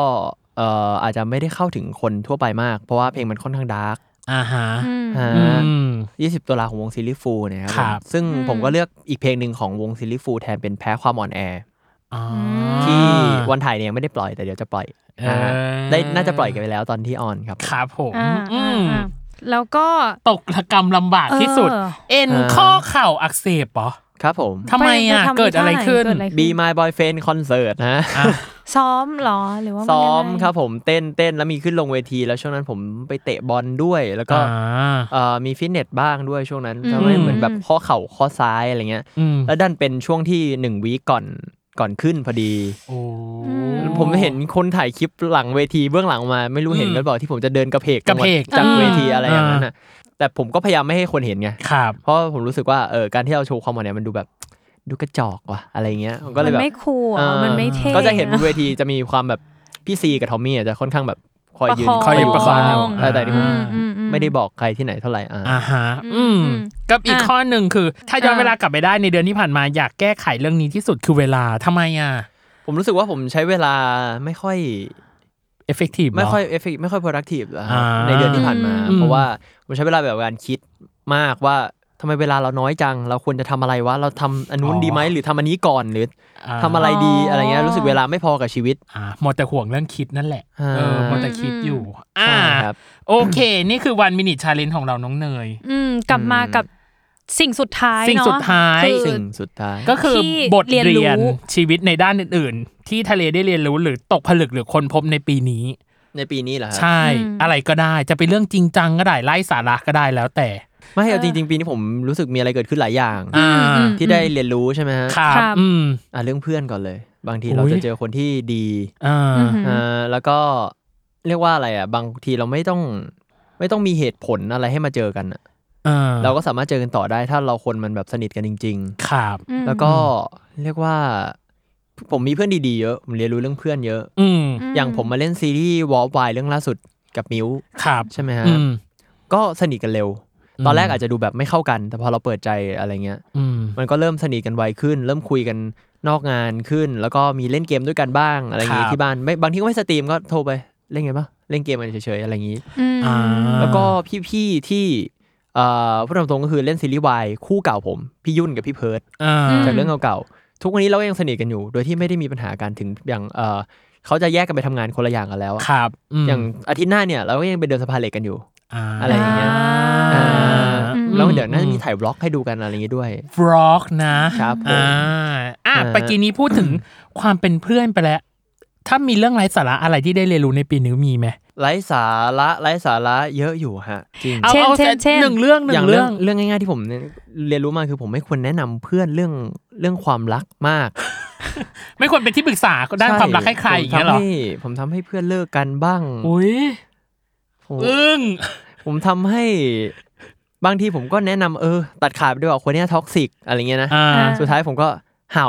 เอ่ออาจจะไม่ได้เข้าถึงคนทั่วไปมาก เพราะว่าเพลงมันค่อนข้างดาร์ก อ่าฮะ อืม ฮะ อืม ยี่สิบตุลาของวงซีรีส์ฟูลนะครับ ครับ ผมซึ่ง อืม ผมก็เลือกอีกเพลงหนึ่งของวงซีรีส์ฟูลแทนเป็นแพ้ความอ่อนแอ อ๋อ ที่วันถ่ายเนี่ยยังไม่ได้ปล่อยแต่เดี๋ยวจะปล่อย เออ นะฮะได้น่าจะปล่อยกันไปแล้วตอนที่ออนครับ ครับผม อ่า อื อ่าม อ่าแล้วก็ ตกระกรรมลำบากที่สุด เออ เอ็น เออ ข้อเข่าอักเสบเหรอ ครับผม ทำไมอ่ะ ปทำ เกิดอะไร ท่าห ขึ้น เกิดอะไรขึ้น Be My Boyfriend Concert นะฮะ อ่ะ ซ้อมเหรอหรือว่า ซ้อนมยังไง ครับผมเต้นเต้นแล้วมีขึ้นลงเวทีแล้วช่วงนั้นผมไปเตะบอลด้วย แล้วก็ อ่า เอ่อมีฟิตเนสบ้างด้วยช่วงนั้น อืม ทำให้เหมือนแบบข้อเข่าข้อซ้ายอะไรเงี้ย อืม แล้วดันเป็นช่วงที่หนึ่งวีคก่อนก่อนขึ้นพอดี โอ้ ผมเห็นคนถ่ายคลิปหลังเวทีเบื้องหลังมา ไม่รู้เห็นกันเปล่าที่ผมจะเดินกระเพก กระเพก จาก อ่า เวทีอะไรอย่างนั้นน่ะแต่ผมก็พยายามไม่ให้คนเห็นไง ครับ เพราะผมรู้สึกว่าเออการที่เราโชว์ความหวานเนี่ยมันดูแบบดูกระจอกว่ะอะไรเงี้ยผมก็เลย มั แบบ นไม่คูล เอ อ่ะ อ มันไม่เท่ ก็จะเห็นบ อน เวทีจะมีความแบบพี่ซีกับทอมมี่อ่ะจะค่อนข้างแบบคอยยืน ประคอง คอยประคอยู่งา เออแต่ที่ผม อืมอืมอืม ไม่ได้บอกใครที่ไหนเท่าไหร่อ่า อ่าฮะอืม อืม กับอีก อ่ะ ข้อหนึ่งคือ ถ้าย้อน อ่ะ เวลากลับไปได้ในเดือนที่ผ่านมาอยากแก้ไขเรื่องนี้ที่สุดคือเวลาทำไมอ่ะ ผมรู้สึกว่าผมใช้เวลาไม่ค่อย effective เอฟเฟกตีฟ ไม่ค่อยเอฟไม่ค่อย productive เหรอฮะ อ่า ในเดือนที่ผ่านมา อืม เพราะว่าผมใช้เวลาแบบการคิดมากว่า ทำไมเวลาเราน้อยจัง เราควรจะทำอะไรวะ เราทำอันนู้น อ๋อ ดีไหมหรือทำอันนี้ก่อนหรือ อ่า ทำอะไรดี อ๋ออ อะไรเงี้ยรู้สึกเวลาไม่พอกับชีวิต อ่าหมดแต่ห่วงเรื่องคิดนั่นแหละ อ่า เออหมดแต่คิดอยู่ อ่า ใช่ครับ โอเค นี่คือวันมินิชาเลนของเราน้องเนย อืมกลับมากับสิ่งสุดท้ายเนอะ สิ่งสุดท้าย คือ สิ่งสุดท้าย ก็คือบทเรีย ที่เรียน น รู้ ชีวิตในด้านอื่น ๆ ที่ทะเลได้เรียนรู้หรือตกผลึกหรือคนพบในปีนี้ ในปีนี้เหรอครับ ใช่อะไรก็ได้จะเป็นเรื่องจริงจังก็ได้ไร้สาระก็ได้แล้วแต่ ไม่เอาจริงๆ ปีนี้ผมรู้สึกมีอะไรเกิดขึ้นหลายอย่าง อ่า อืม ที่ได้เรียนรู้ใช่ไหมฮะ ครับ ครับ อืม อ่ะเรื่องเพื่อนก่อนเลย บางที อุ๊ย เราจะเจอคนที่ดี อ่า อือหือ อ่าแล้วก็เรียกว่าอะไรอ่ะ บางทีเราไม่ต้องไม่ต้องมีเหตุผลอะไรให้มาเจอกันอะ อ่า เราก็สามารถเจอกันต่อได้ถ้าเราคนมันแบบสนิทกันจริง ครับ ๆ แล้วก็เรียกว่า ผมมีเพื่อนดีๆเยอะผมเรียนรู้เรื่องเพื่อนเยอะ อืม อย่างผมมาเล่นซีรีส์วอลวายเรื่องล่าสุดกับมิว ครับ ใช่ไหมฮะ อืม ก็สนิทกันเร็ว อืม ตอนแรกอาจจะดูแบบไม่เข้ากัน แต่พอเราเปิดใจอะไรเงี้ย อืม มันก็เริ่มสนิทกันไวขึ้น เริ่มคุยกันนอกงานขึ้น แล้วก็มีเล่นเกมด้วยกันบ้างอะไรอย่างคงี้รับ ที่บ้านไม่บางทีก็ไม่สตรีมก็โทรไปเล่นไงปะเล่นเกมกันเฉยๆอะไรอย่างงี้ อืม อ่า แล้วก็พี่ๆที่เอ่อพูดตรงๆก็คือเล่นซีรีส์วายคู่เก่าผม พี่ยุ่นกับพี่เพิร์ด อ่า จากเรื่องเก่าๆทุกวันนี้เราก็ยังสนิทกันอยู่ โดยที่ไม่ได้มีปัญหากันถึงอย่างเอ่อเขาจะแยกกันไปทำงานคนละอย่างกันแล้วอะ ครับม อย่างอาทิตย์หน้าเนี่ยเราก็ยังไปเดินสะพานเหล็กกันอยู่ อะไรอย่างเงี้ย อ่า อืม แล้วเดี๋ยวน่าจะมีถ่ายบล็อกให้ดูกันอะไรอย่างงี้ด้วย บล็อกนะครับ ผม อ่าอ่ะ อ่า ปกี้นี้พูดถึง ความเป็นเพื่อนไปแล้ว ถ้ามีเรื่องไร้สาระอะไรที่ได้เรียนรู้ในปีนี้มีไหม ไร้สาระไร้สาระเยอะอยู่ฮะจริง เอา เช่น เอา เช่น แต่ เช่น หนึ่งเรื่องหนึ่ อย่างง เรื่ เรื่ อ อง งเรื่องง่ายๆที่ผมเรียนรู้มาคือผมไม่ควรแนะนำเพื่อนเรื่องเรื่องความรักมาก ไม่ควรเป็นที่ปรึกษาด้าน ช่ ความรักให้ใครอย่างเงี้ย ผม เหรอทำให้ผมทำให้เพื่อนเลิกกันบ้าง อุ้ย ผม อึ้ง ผมทำให้บางทีผมก็แนะนำเออ ตัดขาดไปด้วยว่าคนเนี้ท็อกซิกอะไรเงี้ยนะ อ่า สุดท้ายผมก็เห่า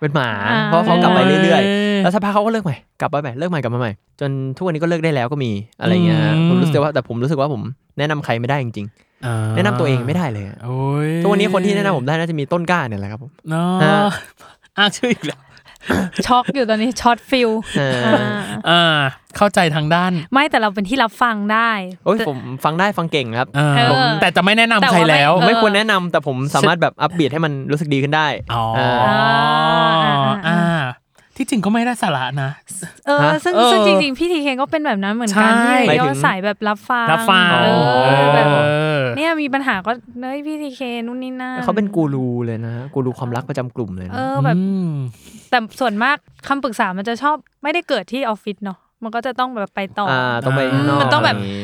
เป็นหมา อ่า เพราะเขากลับไปเรื่อย โอ้ย ๆ แล้วสักพักเขาก็เลิกใหม่กลับไปใหม่เลิกใหม่กลับมาใหม่จนทุกวันนี้ก็เลิกได้แล้วก็มีอะไรเงี้ยฮะ อืม ผมรู้สึกว่าแต่ผมรู้สึกว่าผมแนะนำใครไม่ได้จริงๆแนะนำตัวเองไม่ได้เลยอะ โอ้ย ทุกวันนี้คนที่แนะนำผมได้น่าจะมีต้นกล้าเนี่ยแหละครับผม เนา ฮะ ะอ่ะชื่ออีกแล้ว ช็อกอยู่ตอนนี้ช็อตฟิล เออ อ่า เข้าใจทางด้าน ไม่แต่เราเป็นที่รับฟังได้ โอ้ยผมฟังได้ฟังเก่งครับ อ่า เออ แต่จะไม่แนะนำ แต่ว่า ใครแล้ว เออ ไม่ควรแนะนำแต่ผมสามารถแบบอัปเบียดให้มันรู้สึกดีขึ้นได้ อ๋ออา อ่า อ่า ที่จริงก็ไม่ได้สาระนะ เออ ฮะ ซึ่ง เออ ซึ่งจริงๆ พี่ทีเคก็เป็นแบบนั้นเหมือนกัน ใช่ ที่ หมาย เรียกถึง ว่าสายแบบรับฟัง รับฟัง เออแบบ เออ เนี่ยมีปัญหาก็เฮ้ยพี่ทีเคนู่นนี่นั่น เขาเป็นกูรูเลยนะกูรูความรักประจำกลุ่มเลย เอ นะ อแบบ อืม แต่ส่วนมากคำปรึกษามันจะชอบไม่ได้เกิดที่ออฟฟิศเนาะมันก็จะต้องแบบไปต่ออ ่าต้องไปข้างนอก มันต้องแบบ ะไรย่านี้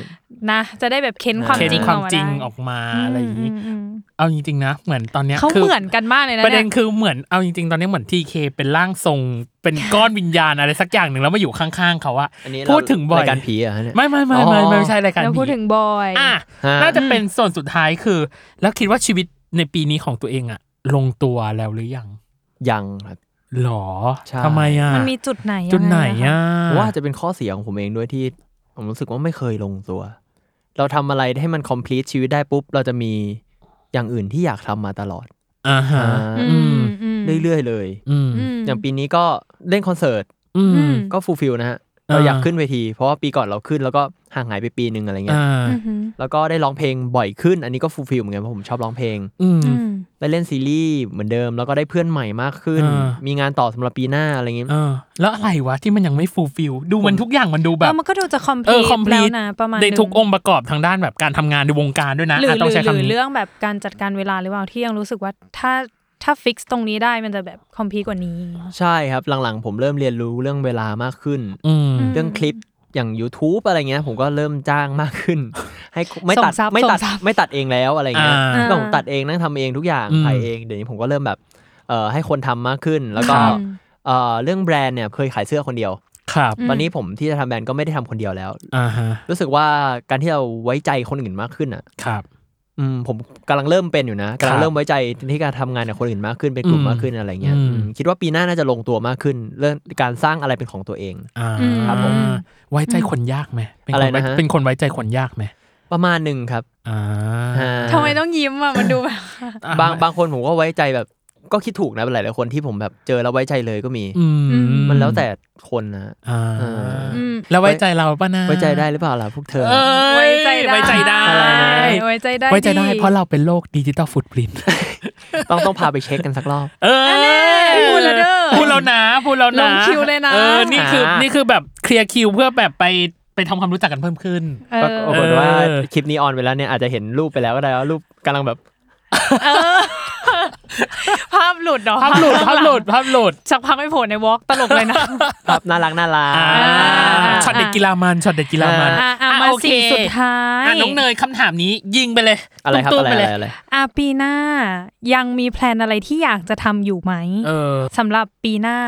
นะ จะได้แบบเค้นความ เค้น จริง ค อ วา อกมามจริง ได้ ออกมาอะไรอย่างนี้ มอืมอืม เอาจริงๆนะ เหมือนตอนเนี้ย เขา คือ เหมือนกันมากเลยนะ ประเด็น ย คือเหมือนเอาจริงๆ ตอนนี้เหมือนทีเคเป็นร่างทรง เป็นก้อนวิญญาณอะไรสักอย่างหนึ่งแล้วมาอยู่ข้างๆเขาอะ อันนี้ พูดถึงบ่อย รายการผีเหรอฮะเนี่ย ไม่ไม่ไม่ไม่ อ๋อ ไม่ใช่รายการ เรา ผี พูดถึงบอย อ่ะ ฮะ น่าจะเป็นส่วนสุดท้ายคือ แล้วคิดว่าชีวิตในปีนี้ของตัวเองอะลงตัวแล้วหรือยัง ยังครับ หรอ ใช่ ทำไมอะ มันมีจุดไหน จุดไหนอะ ผมว่าอาจจะเป็นข้อเสียของผมเองด้วยที่ผมรู้สึกว่าไม่เคยลงตัว เราทำอะไรให้มัน complete ชีวิตได้ปุ๊บ เราจะมีอย่างอื่นที่อยากทำมาตลอด อ่าฮะ อ่า อืม เรื่อยๆเลย อืม อืม อย่างปีนี้ก็เล่นคอนเสิร์ต อืม ก็ฟูลฟิลนะฮะ อ่า เราอยากขึ้นเวที เพราะว่าปีก่อนเราขึ้นแล้วก็ห่างหายไปปีหนึ่งอะไรเงี้ย อ่า อืมอืม แล้วก็ได้ร้องเพลงบ่อยขึ้น อันนี้ก็ฟูลฟิลเหมือนกันเพราะผมชอบร้องเพลง อืม อืม ได้เล่นซีรีส์เหมือนเดิม แล้วก็ได้เพื่อนใหม่มากขึ้น อ่า มีงานต่อสำหรับปีหน้าอะไรเงี้ย เออแล้วอะไรวะที่มันยังไม่ฟูลฟิลดูมันทุกอย่างมันดูแบ เอบ อมันก็ดูจะคอมพ เอ ลี อ ท คอมพลี แล้ว ท นะประมาณ ในทุก ห อง งค์ประกอบทางด้านแบบการทำงานในวงการด้วยนะ หรือ อ่ะ ห ต้องใช้ รือหรือ คำนี้ เรื่องแบบการจัดการเวลาหรือเปล่าที่ยังรู้สึกว่าถ้าถ้าฟิกซ์ตรงนี้ได้มันจะแบบคอมพลีทกว่านี้ ใช่ครับ หลังๆ ผมเริ่มเรียนรู้เรื่องเวลามากขึ้น อืม เรื่องคลิปอย่าง YouTube อะไรเงี้ย ผมก็เริ่มจ้างมากขึ้น ให้ไม่ตัด ส่งซับ ไม่ตัด ส่งซับ ไม่ตัดเองแล้วอะไรเงี้ย อ่า ก็ผมตัดเองนั่งทำเองทุกอย่าง อืม ถ่ายเอง เดี๋ยวนี้ผมก็เริ่มแบบเอ่อให้คนทำมากขึ้น แล้วก็ อืม เอ่อเรื่องแบรนด์เนี่ยเคยขายเสื้อคนเดียว ครับ อืม ตอนนี้ผมที่จะทำแบรนด์ก็ไม่ได้ทำคนเดียวแล้ว อ่าฮะ รู้สึกว่าการที่เราไว้ใจคนอื่นมากขึ้นอ่ะ ครับ อืมผมกำลังเริ่มเป็นอยู่นะกำคลัรั ง บ เริ่มไว้ใจที่การทำงานกับคนอื่นมากขึ้นเป็นกลุ่ม อืม มากขึ้นอะไรเงี้ย อืม อืมคิดว่าปีหน้าน่าจะลงตัวมากขึ้น เรื่องการสร้างอะไรเป็นของตัวเอง อ่า อืมครับผม ไว้ใจคนยากไหมเป็ค อะไร ว้ นะฮะ เป็นคนไว้ใจคนยากไหม ประมาณหนึ่งครับ อ่า อ่า ทำไมต้องยิ้มอ่ะมันดูแบบ บางบางคนผมก็ไว้ใจแบบ ก็คิดถูกนะหลายหลายๆคนที่ผมแบบเจอแล้วไว้ใจเลยก็มี อืม มันแล้วแต่คนนะ อ่า เออ อืม แล้วไว้ใจเราป่ะนะ ไว้ใจได้หรือเปล่าล่ะพวกเธอ เอ้ย ไว้ใจได้ ไว้ใจได้ อะไรนะ ไว้ใจได้ ไว้ใจได้เพราะ เรา เราเป็นโลกดิจิตอลฟุตปรินต์ ต้องต้องพาไปเช็คกันสักรอบ เออ พูดแล้วเด้อ พูดแล้วนะพูดแล้วนะ ลงคิวเลยนะ เออนี่คือ อ่านี่ นี่คือแบบเคลียร์คิวเพื่อแบบไปไปทำความรู้จักกันเพิ่มขึ้น เอ ป อ รากฏว่า เออ คลิปนี้ออนไปแล้วเนี่ยอาจจะเห็นรูปไปแล้วก็ได้ว่ารูปกำลัง แบบ ภาพหลุดเนาะ ภาพหลุดภาพหลุดภาพหลุด สักพักไม่โผล่ในวอล์กตลกเลยนะ ภาพน่ารักน่ารัก อ่า อ่า ช็อตเด็กกีฬามันช็อตเด็กกีฬามัน อ่ะอ่ะ อ่ะ มา โอเค สิ่งสุดท้าย อ่ะน้องเนยคำถามนี้ยิงไปเลย อะไรครับ ตุ้ม อะไร ๆป อะเลยไรอะไร อาปีหน้ายังมีแพลนอะไรที่อยากจะทำอยู่ไหม เออ สำหรับปีหน้า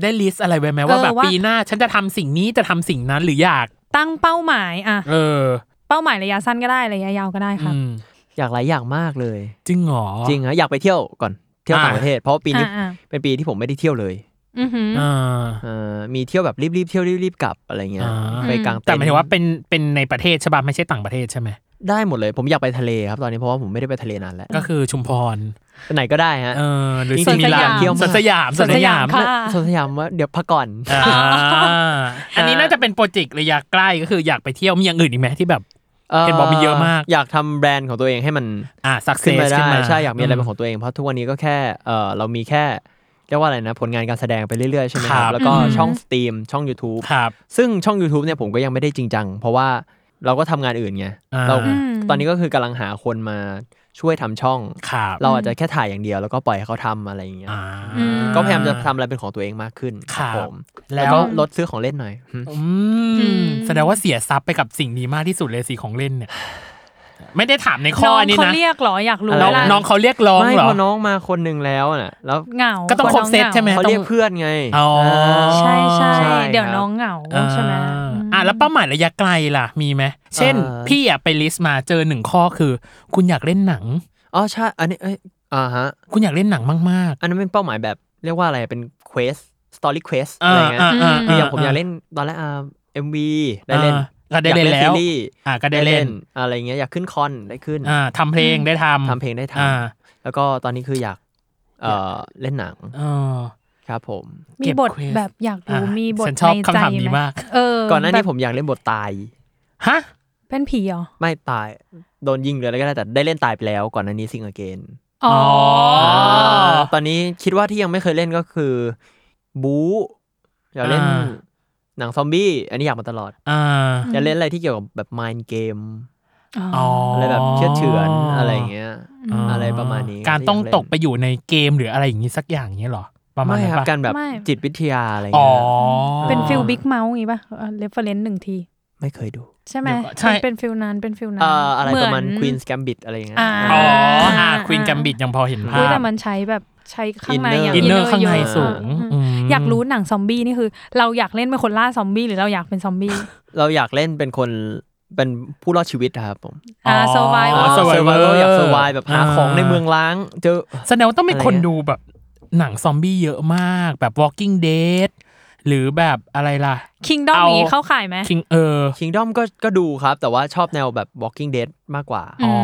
ได้ลิสต์อะไรไว้ไหมว่า เออ แบบ ว่า ปีหน้า ฉันจะทำสิ่งนี้จะทำสิ่งนั้นหรืออยาก ตั้งเป้าหมายอะ เออ เป้าหมายระยะสั้นก็ได้ระยะยาวก็ได้ครับ อืม อยากหลายอย่างมากเลย จริงเหรอ จริงฮะอยากไปเที่ยวก่อนเที่ยว อ่า ต่างประเทศ เพราะปีนี้ อ่าๆ เป็นปีที่ผมไม่ได้เที่ยวเลย อือหือ อ่า เอ่อมีเที่ยวแบบรีบๆเที่ยวรีบๆกลับอะไรเงี้ย อ่า ไปกลางเนท์ แต่หมายถึงว่าเป็นเป็นในประเทศใช่ป่ะไม่ใช่ต่างประเทศใช่ไหม ได้หมดเลย ผมอยากไปทะเลครับตอนนี้เพราะว่าผมไม่ได้ไปทะเลนานแล้ว ก็คือชุมพร ไปไหนก็ได้ฮะ เออหรือ จริงๆ สิมิลา อยาน กเที่ยวมาก สวนสยามสวนสยาม สวนสยามค่ะ สวนสยามว่าเดี๋ยวพักก่อน อ่าอันนี้น่าจะเป็นโปรเจกต์ระยะใกล้ก็คืออยากไปเที่ยวมีอย่างอื่นอีกไหมที่แบบ เห็นบอกมีเยอะมาก อยากทำแบรนด์ของตัวเองให้มัน อ่าสักเซ ขึ้น ส มา ขึ้น ได้ มา ใช่อยากมีอะไรเป็นของตัวเองเพราะทุกวันนี้ก็แค่เออเรามีแค่เรียกว่าอะไรนะ ผลงานการแสดงไปเรื่อยๆ ใช่ไหมครับ แล้วก็ช่องสตรีมช่อง YouTube ครับ ซึ่งช่อง YouTube เนี่ยผมก็ยังไม่ได้จริงจัง เพราะว่าเราก็ทำงานอื่นไง อ่า เรา อืม ตอนนี้ก็คือกำลังหาคนมาช่วยทำช่อง ครับ เราอาจจะแค่ถ่ายอย่างเดียวแล้วก็ปล่อยให้เขาทำอะไรอย่างเงี้ย อ่า ก็พยายามจะทำอะไรเป็นของตัวเองมากขึ้น ครับ ผม แล้ แล้ววก็ลดซื้อของเล่นหน่อยอืม อืมแสดงว่าเสียทรัพย์ไปกับสิ่งนี้มากที่สุดเลยสีของเล่นเนี่ย ไม่ได้ถามในข้อนี้ เขา นะ เรียกเหรออยากรู้ น้อง เวลา น้องเขาเรียกร้อง ไม่ เหรอ พอน้องมาคนหนึ่งแล้วน่ะแล้ว เหงา ก็ต้อง ลัว ครบเซต น้งหงา ใช่ไหม เขาเรียกเพื่อนไง อ๋อ า ใช่ใช่ ใช่ครับ เดี๋ยวน้องเหงาใช่ไหม อ่า อืม อ่ะแล้วเป้าหมายระยะไกลล่ะมีไหมเช่น เอ่อ พี่อ่ะไปลิสต์มาเจอหนึ่งข้อคือ คุณอยากเล่นหนัง อ๋อใช่อันนี้เอ้ยอ่าฮะ คุณอยากเล่นหนังมาก อันนั้นเป็นเป้าหมายแบบเรียกว่าอะไรเป็น quest story quest ๆ อะไรเงี้ย อ่า มีอย่างผมอยากเล่นตอนแรกอ่า MV ได้เล่น ก็ได้เล่น อยาก แล้ ซี ว รีส์ อ่ะก็ได้เล่น อะไรเงี้ยอยากขึ้นคอนได้ขึ้น อ่าทำเพลงได้ทำ ทำเพลงได้ทำ อ่า แล้วก็ตอนนี้คืออยากเอ่อเล่นหนัง เออ ครับผม มีบท เก็บ quiz แบบอยาก อ่ะ รู้มีบท ฉันชอบ ในใจ คำถามนี้ ไห มาก เออ ก่อนหน้านี้ แบบ ผมอยากเล่นบทตาย ฮะ เป็นผีเหรอ ไม่ตายโดนยิงหรืออะไรก็ได้แต่ได้เล่นตายไปแล้ว ก่อนหน้านี้ซิงเกิล อ๋ออา ตอนนี้คิดว่าที่ยังไม่เคยเล่นก็คือบู๊อยากเล่น อ่า หนังซอมบี้อันนี้อยากมาตลอด อ่า จะเล่นอะไรที่เกี่ยวกับแบบ mind game อ๋ อ๋ อ ออ อะไรแบบเชื่อดเฉือนอะไรอย่างเงี้ย อะไรประมาณนี้ การต้อง ที่อยเล่น ตกไปอยู่ในเกมหรืออะไรอย่างนี้สักอย่างเงี้ยเหรอ ประมาณ ไม่ นั้น ครับ ปะ การแบบ ไม่ จิตวิทยาอะไร อ๋อ เงี้ย เป็นฟิล อ่า บิ๊กเมาส์งี้ป่ะเรฟเฟรนซ์หนึ่งที ไม่เคยดู ใช่ไหม เดี๋ยวก่อนใช่ เป็นฟิลนั้นเป็นฟิลนั้น เอ่ออะไรประมาณ เห Queen's Gambit อะไรเงี้ย อ่า อ๋ออ่า อ่า ควีนกัมบิดยังพอเห็นภา อุ๊ยแต่ พ มันใช้แบบใช้ข้างในอย่าง อินเนอ inner ร์ข้างใน เยอะ สูง อืม ม อยากรู้หนังซอมบี้นี่คือ เราอยากเล่นเป็นคนล่าซอมบี้หรือเราอยากเป็นซอมบี้ เราอยากเล่นเป็นคนเป็นผู้รอดชีวิตอะครับผม อ่าโซวาย อ๋อ survivor เซอร์ไวอยากเซอร์ไวแบบหาของในเมืองล้าง เจอ แสดงว่าต้องเป็นคน อะไรเงี้ย ดูแบบหนังซอมบี้เยอะมากแบบ Walking Dead หรือแบบอะไรล่ะ Kingdom เอา อย่างงี้เข้าข่ายไหม คิงเออ คิงดอมก็ก็ดูครับ แต่ว่าชอบแนวแบบ Walking Dead มากกว่า อ๋อ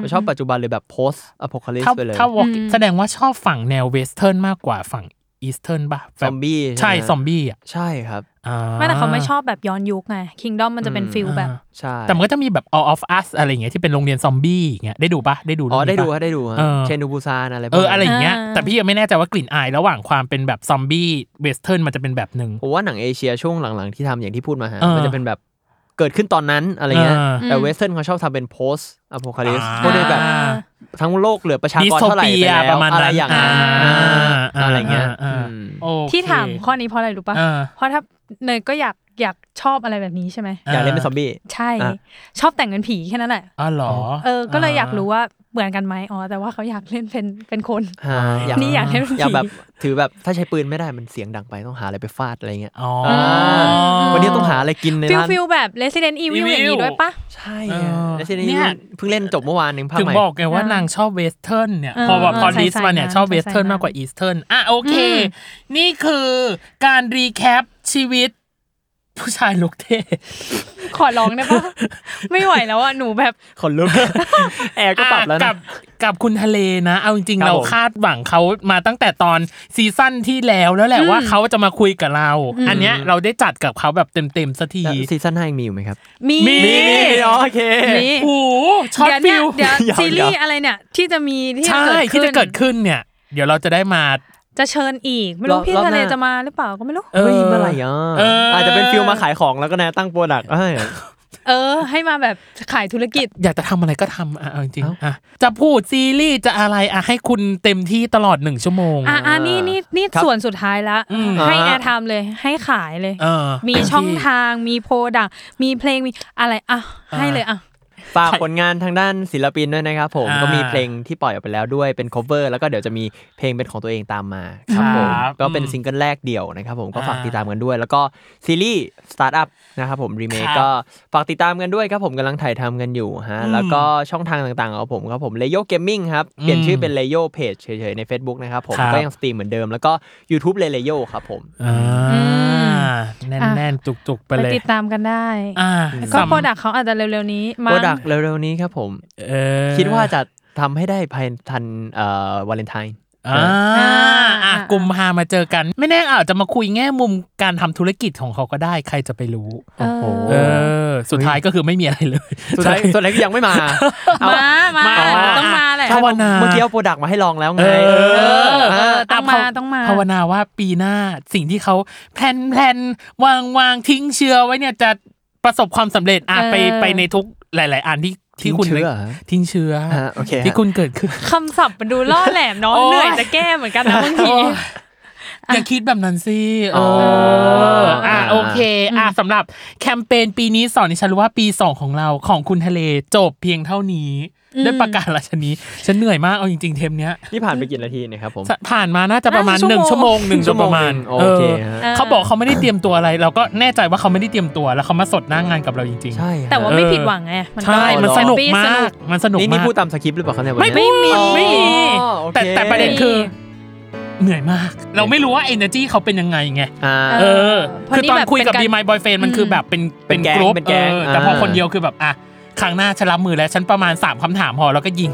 อื ชอบปัจจุบันเลยแบบ post apocalypse ถ้า ไปเลย ถ้า walking อืม แสดงว่าชอบฝั่งแนวเวสเทิร์นมากกว่าฝั่งอีสเทิร์นป่ะ ซ แบ อบมบี้ ใช่ ไห ซอมบี้อ่ะ ใช่ครับ อ่ ไม่แต่เขาไม่ชอบแบบย้อนยุคไง Kingdom มันจะเป็น อืม ฟิลแบบ ใช่ แต่มันก็จะมีแบบ All of Us อะไรอย่างเงี้ยที่เป็นโรงเรียนซอมบี้อย่างเงี้ยได้ดูป่ะได้ดู อ๋อ เรื่ง ได้ นี้ ดู ปะ ฮะได้ดูฮะ เออ เชนดูบูซานอะไรพวก เออ นั้น อะไรอย่างเงี้ย อ่า แต่พี่ยังไม่แน่ใจว่ากลิ่นอายระหว่างความเป็นแบบซอมบี้เวสเทิร์นมันจะเป็นแบบหนึ่ง ผมว่าหนังเอเชียช่วงหลังๆที่ทำอย่างที่พูดมาฮะ เออ มันจะเป็นแบบเกิดขึ้นตอนนั้นอะไรเงี้ย เออ แต่เวสเทิร์นเขาชอบทำเป็น post apocalypse อ่า พวกนี้แบบ อ่า ทั้งโลกเหลือประชากรเท่าไหร่ไป ดิสโทเปีย แล้ว ประมาณนั้น อะไรอย่างนั้น อ่า อ่าอะไรเงี้ย อ่า อืม โอเค ที่ถามข้อนี้เพราะอะไรรู้ปะ อ่า เพราะถ้าเนยก็อยากอยากชอบอะไรแบบนี้ใช่ไหม อ่า อยากเล่นเป็นซอมบี้ ใช่ อ่ะ ชอบแต่งเป็นผีแค่นั้นแหละ อ๋อเหรอ เออ ก็เลยอยากรู้ว่าเหมือนกันไหมอ๋อ แต่ว่าเขาอยากเล่นเป็นเป็นคน อ่าอยาก นี่อยากเล่นเป็น อยาก ผี แบบถือแบบถ้าใช้ปืนไม่ได้มันเสียงดังไปต้องหาอะไรไปฟาดอะไรเงี้ย อ๋อ อ่า อ วันนี้ต้องหาอะไรกินใน ฟิล ร้าน ฟิลแบบ Resident Evil อย่างนี้ด้วยปะ ใช่ เออ แล้วทีนี้ เนี่ย เพิ่งเล่นจบเมื่อวานหนึ่งภาค ถึง ใหม่ บอกไงว่านางชอบเวสเทิร์นเนี่ย เออ พอแบบพอ ใส่ ลิสต์มาเนี่ย ใส่ ชอบเวสเทิร์น ใส่ มากกว่าอีสเทิร์นอ่ะโอเค อืม นี่คือการรีแคปชีวิต ผู้ชายลุกเท่ ขอร้องได้ปะไม่ไหวแล้วอ่ะหนูแบบ ขนลุก แอร์ก็ปรับแล้ว อ่ะ นะ กับกับคุณทะเลนะ เอาจริง คๆรับ เรา ผม คาดหวังเขามาตั้งแต่ตอนซีซั่นที่แล้วแล้วแหละว่าเขาจะมาคุยกับเรา อันเนี้ยเราได้จัดกับเขาแบบเต็มๆสักที แล้วซีซั่นห้ายังมีอยู่ไหมครับ มี มี มี อ๋อโอเค โอ้โหช็อต เดี๋ยว ฟิ เนี่ย ล เดี๋ยวยซีาวๆรีส์อะไรเนี่ย ที่จะมีที่ ใช่ที่จะ จะ เกิดขึ้นเนี่ย เดี๋ยวเราจะได้มา จะเชิญอีก ไม่รู้ รอบ พี่ทะเล รอบหน้า จะมาหรือเปล่าก็ไม่รู้ เออ เฮ้ยเมื่อไหร่อ่ะ เอออ อาจจะเป็นฟิลมาขายของแล้วก็แนะตั้งโปรดักต์เอ้ย เออ ให้มาแบบขายธุรกิจ อยากจะทำอะไรก็ทำอ่ะเอาจริง เอ้า ๆอ่ะจะพูดซีรีส์จะอะไรอ่ะให้คุณเต็มที่ตลอดหนึ่งชั่วโมง อ่ะอ่ะนี่นี่นี่ ครับ ส่วนสุดท้ายละ อืม ให้ อ่า แอร์ไทม์เลยให้ขายเลย เออ มี เต็ที่ ช่องทางมีโปรดักมีเพลงมีอะไรอ่ะให้ อ่า เลยอ่ะ ฝากผลงานทางด้านศิลปินด้วยนะครับผม อ่า ก็มีเพลงที่ปล่อยออกไปแล้วด้วยเป็น cover แล้วก็เดี๋ยวจะมีเพลงเป็นของตัวเองตามมาครับผม ครับ ก็เป็น อืม ซิงเกิลแรกเดี่ยวนะครับผมก็ฝาก อ่า ติดตามกันด้วย แล้วก็ซีรีส์ Startup นะครับผมรีเมค ครับ ก็ฝากติดตามกันด้วยครับผมกำลังถ่ายทำกันอยู่ฮะ อืม แล้วก็ช่องทางต่างๆของผมครับผมเลโยเกมมิ่งครับเปลี่ยนชื่อเป็นเลโยเพจเฉยๆใน Facebook นะครับผม ครับ ก็ยังสตรีมเหมือนเดิมแล้วก็ YouTube เลเลโยครับผม อ่า อืม แน่นๆจุกๆไป ไป เลย ติดตามกันได้ อ่า ก็ สำ โปรดักเขาอาจจะเร็วๆนี้มา โปรดักต์เร็วๆนี้ครับผม เออ คิดว่าจะทำให้ได้ภายทันเอ่อวาเลนไทน์ อ่าอ่ะกลุ่มพามาเจอกัน ไม่แน่อาจจะมาคุยแง่มุมการทำธุรกิจของเขาก็ได้ใครจะไปรู้ เออ โอ้โห เออ สุดท้ายก็คือไม่มีอะไรเลย สุดท้ายสุดท้ายก็ยังไม่ มา มา มา า ต้องมาแหละ ภาวนา เมื่อกี้เอาโปรดักต์มาให้ลองแล้วไง เออ เออ เออต้องมา ะภว ต้องมา ภาวนาว่าปีหน้าสิ่งที่เขาแพลนแพลนวางวางทิ้งเชื้อไว้เนี่ยจะประสบความสำเร็จอ่ะไปไปในทุกหลาย ๆ อันที่ที่คุณ เชื่อฮะ ทิ้งเชื้อ อ่าโอเคฮะ ที่คุณเกิดขึ้น คำศัพท์มันดูล่อแหลมเนาะ โอ้ย เหนื่อยจะแก้เหมือนกัน นะบางที โอ้ยอย่าคิดแบบนั้นสิเอออ่ะ า โอเค อ่ะสำหรับแคมเปญปีนี้สอนดิฉันรู้ว่าปี 2 ของเราของคุณทะเลจบเพียงเท่านี้ อืม ด้วยประกาศราชนี้ ฉันเหนื่อยมากเอาจริง ๆ เทมเนี้ย นี่ผ่านไปกี่นาทีเนะครับผม สะผ่านมาน่าจะประมาณหนึ่งชั่วโมงหนึ่งโดยประมาณ หนึ่งโอเค เอ ฮะ อเขาบอกเขาไม่ได้เตรียมตัวอะไร เราก็แน่ใจว่าเขาไม่ได้เตรียมตัวแล้วเขามาสดหน้างานกับเราจริง ใช่ฮะ แต่ว่าไม่ผิดหวังไง ๆ ใช่ ก็ มันสนุก ปี้ มาก มันสนุก นี่ มา นี่ ก พูดตามสคริปต์หรือเปล่าครับเนี่ยวัน ไม่ เนี้ย ไม่มีไม่มี อ๋อโอเค แต่แต่ประเด็นคือ เหนื่อยมาก เราไม่รู้ว่า energy เขาเป็นยังไงไง อ่า เออ คือตอนคุยกับ เป็ Be My Boyfriend มันคือแบบเป็น เป็นแก๊ง รุ๊ป เป็นแก๊ง ออแต่ อ่า พอคนเดียวคือแบบอ่ะครั้งหน้าฉันรับมือแล้วฉันประมาณ 3คำถามพอแล้วก็ยิง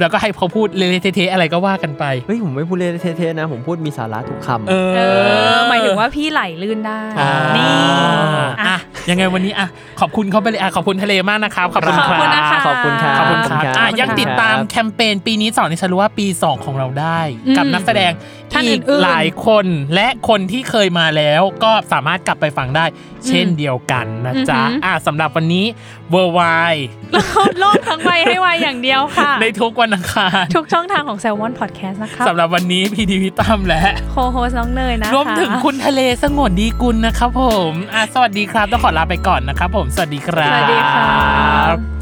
แล้วก็ให้เขาพูดเละๆเทะๆอะไรก็ว่ากันไป เฮ้ยผมไม่พูดเล่นเท่ๆนะ ผมพูดมีสาระทุกคำ เออ เออหมายถึงว่าพี่ไหลลื่นได้ อ่า นี่ อ่ะ อ่ะ ยังไงวันนี้อ่ะขอบคุณเขาไปเลยอ่ะขอบคุณทะเลมากนะครับขอบคุณ ขอบ ครับ คุณนะคะ ขอบคุณครับ ขอบคุณค ข รั อ บบ คุณครับ อ่ะยังติดตามแคมเปญปีนี้สอนในฉันรู้ว่าปี 2 ของเราได้ อืม กับนักแสดง ท่านอื่ อีก นๆ หลายคนและคนที่เคยมาแล้วก็สามารถกลับไปฟังได้ เช่นเดียวกันนะจ๊ะอ่ะสำหรับวันนี้เวอร์ไว แล้วเขาโลดทั้งใบให้ไวอย่างเดียวค่ะ ในทุกวันอังคาร ทุกช่องทางของ s ซ l m o n Podcast นะครับ สำหรับวันนี้พีดีพิตามและ โคโฮสน้องเนยนะคะ รวมถึงคุณทะเลสงวนดีกุลนะครับผมอ่ะสวัสดีครับ ต้องขอลาไปก่อนนะครับผม สวัสดีค ส รับ วัสดีค่ะ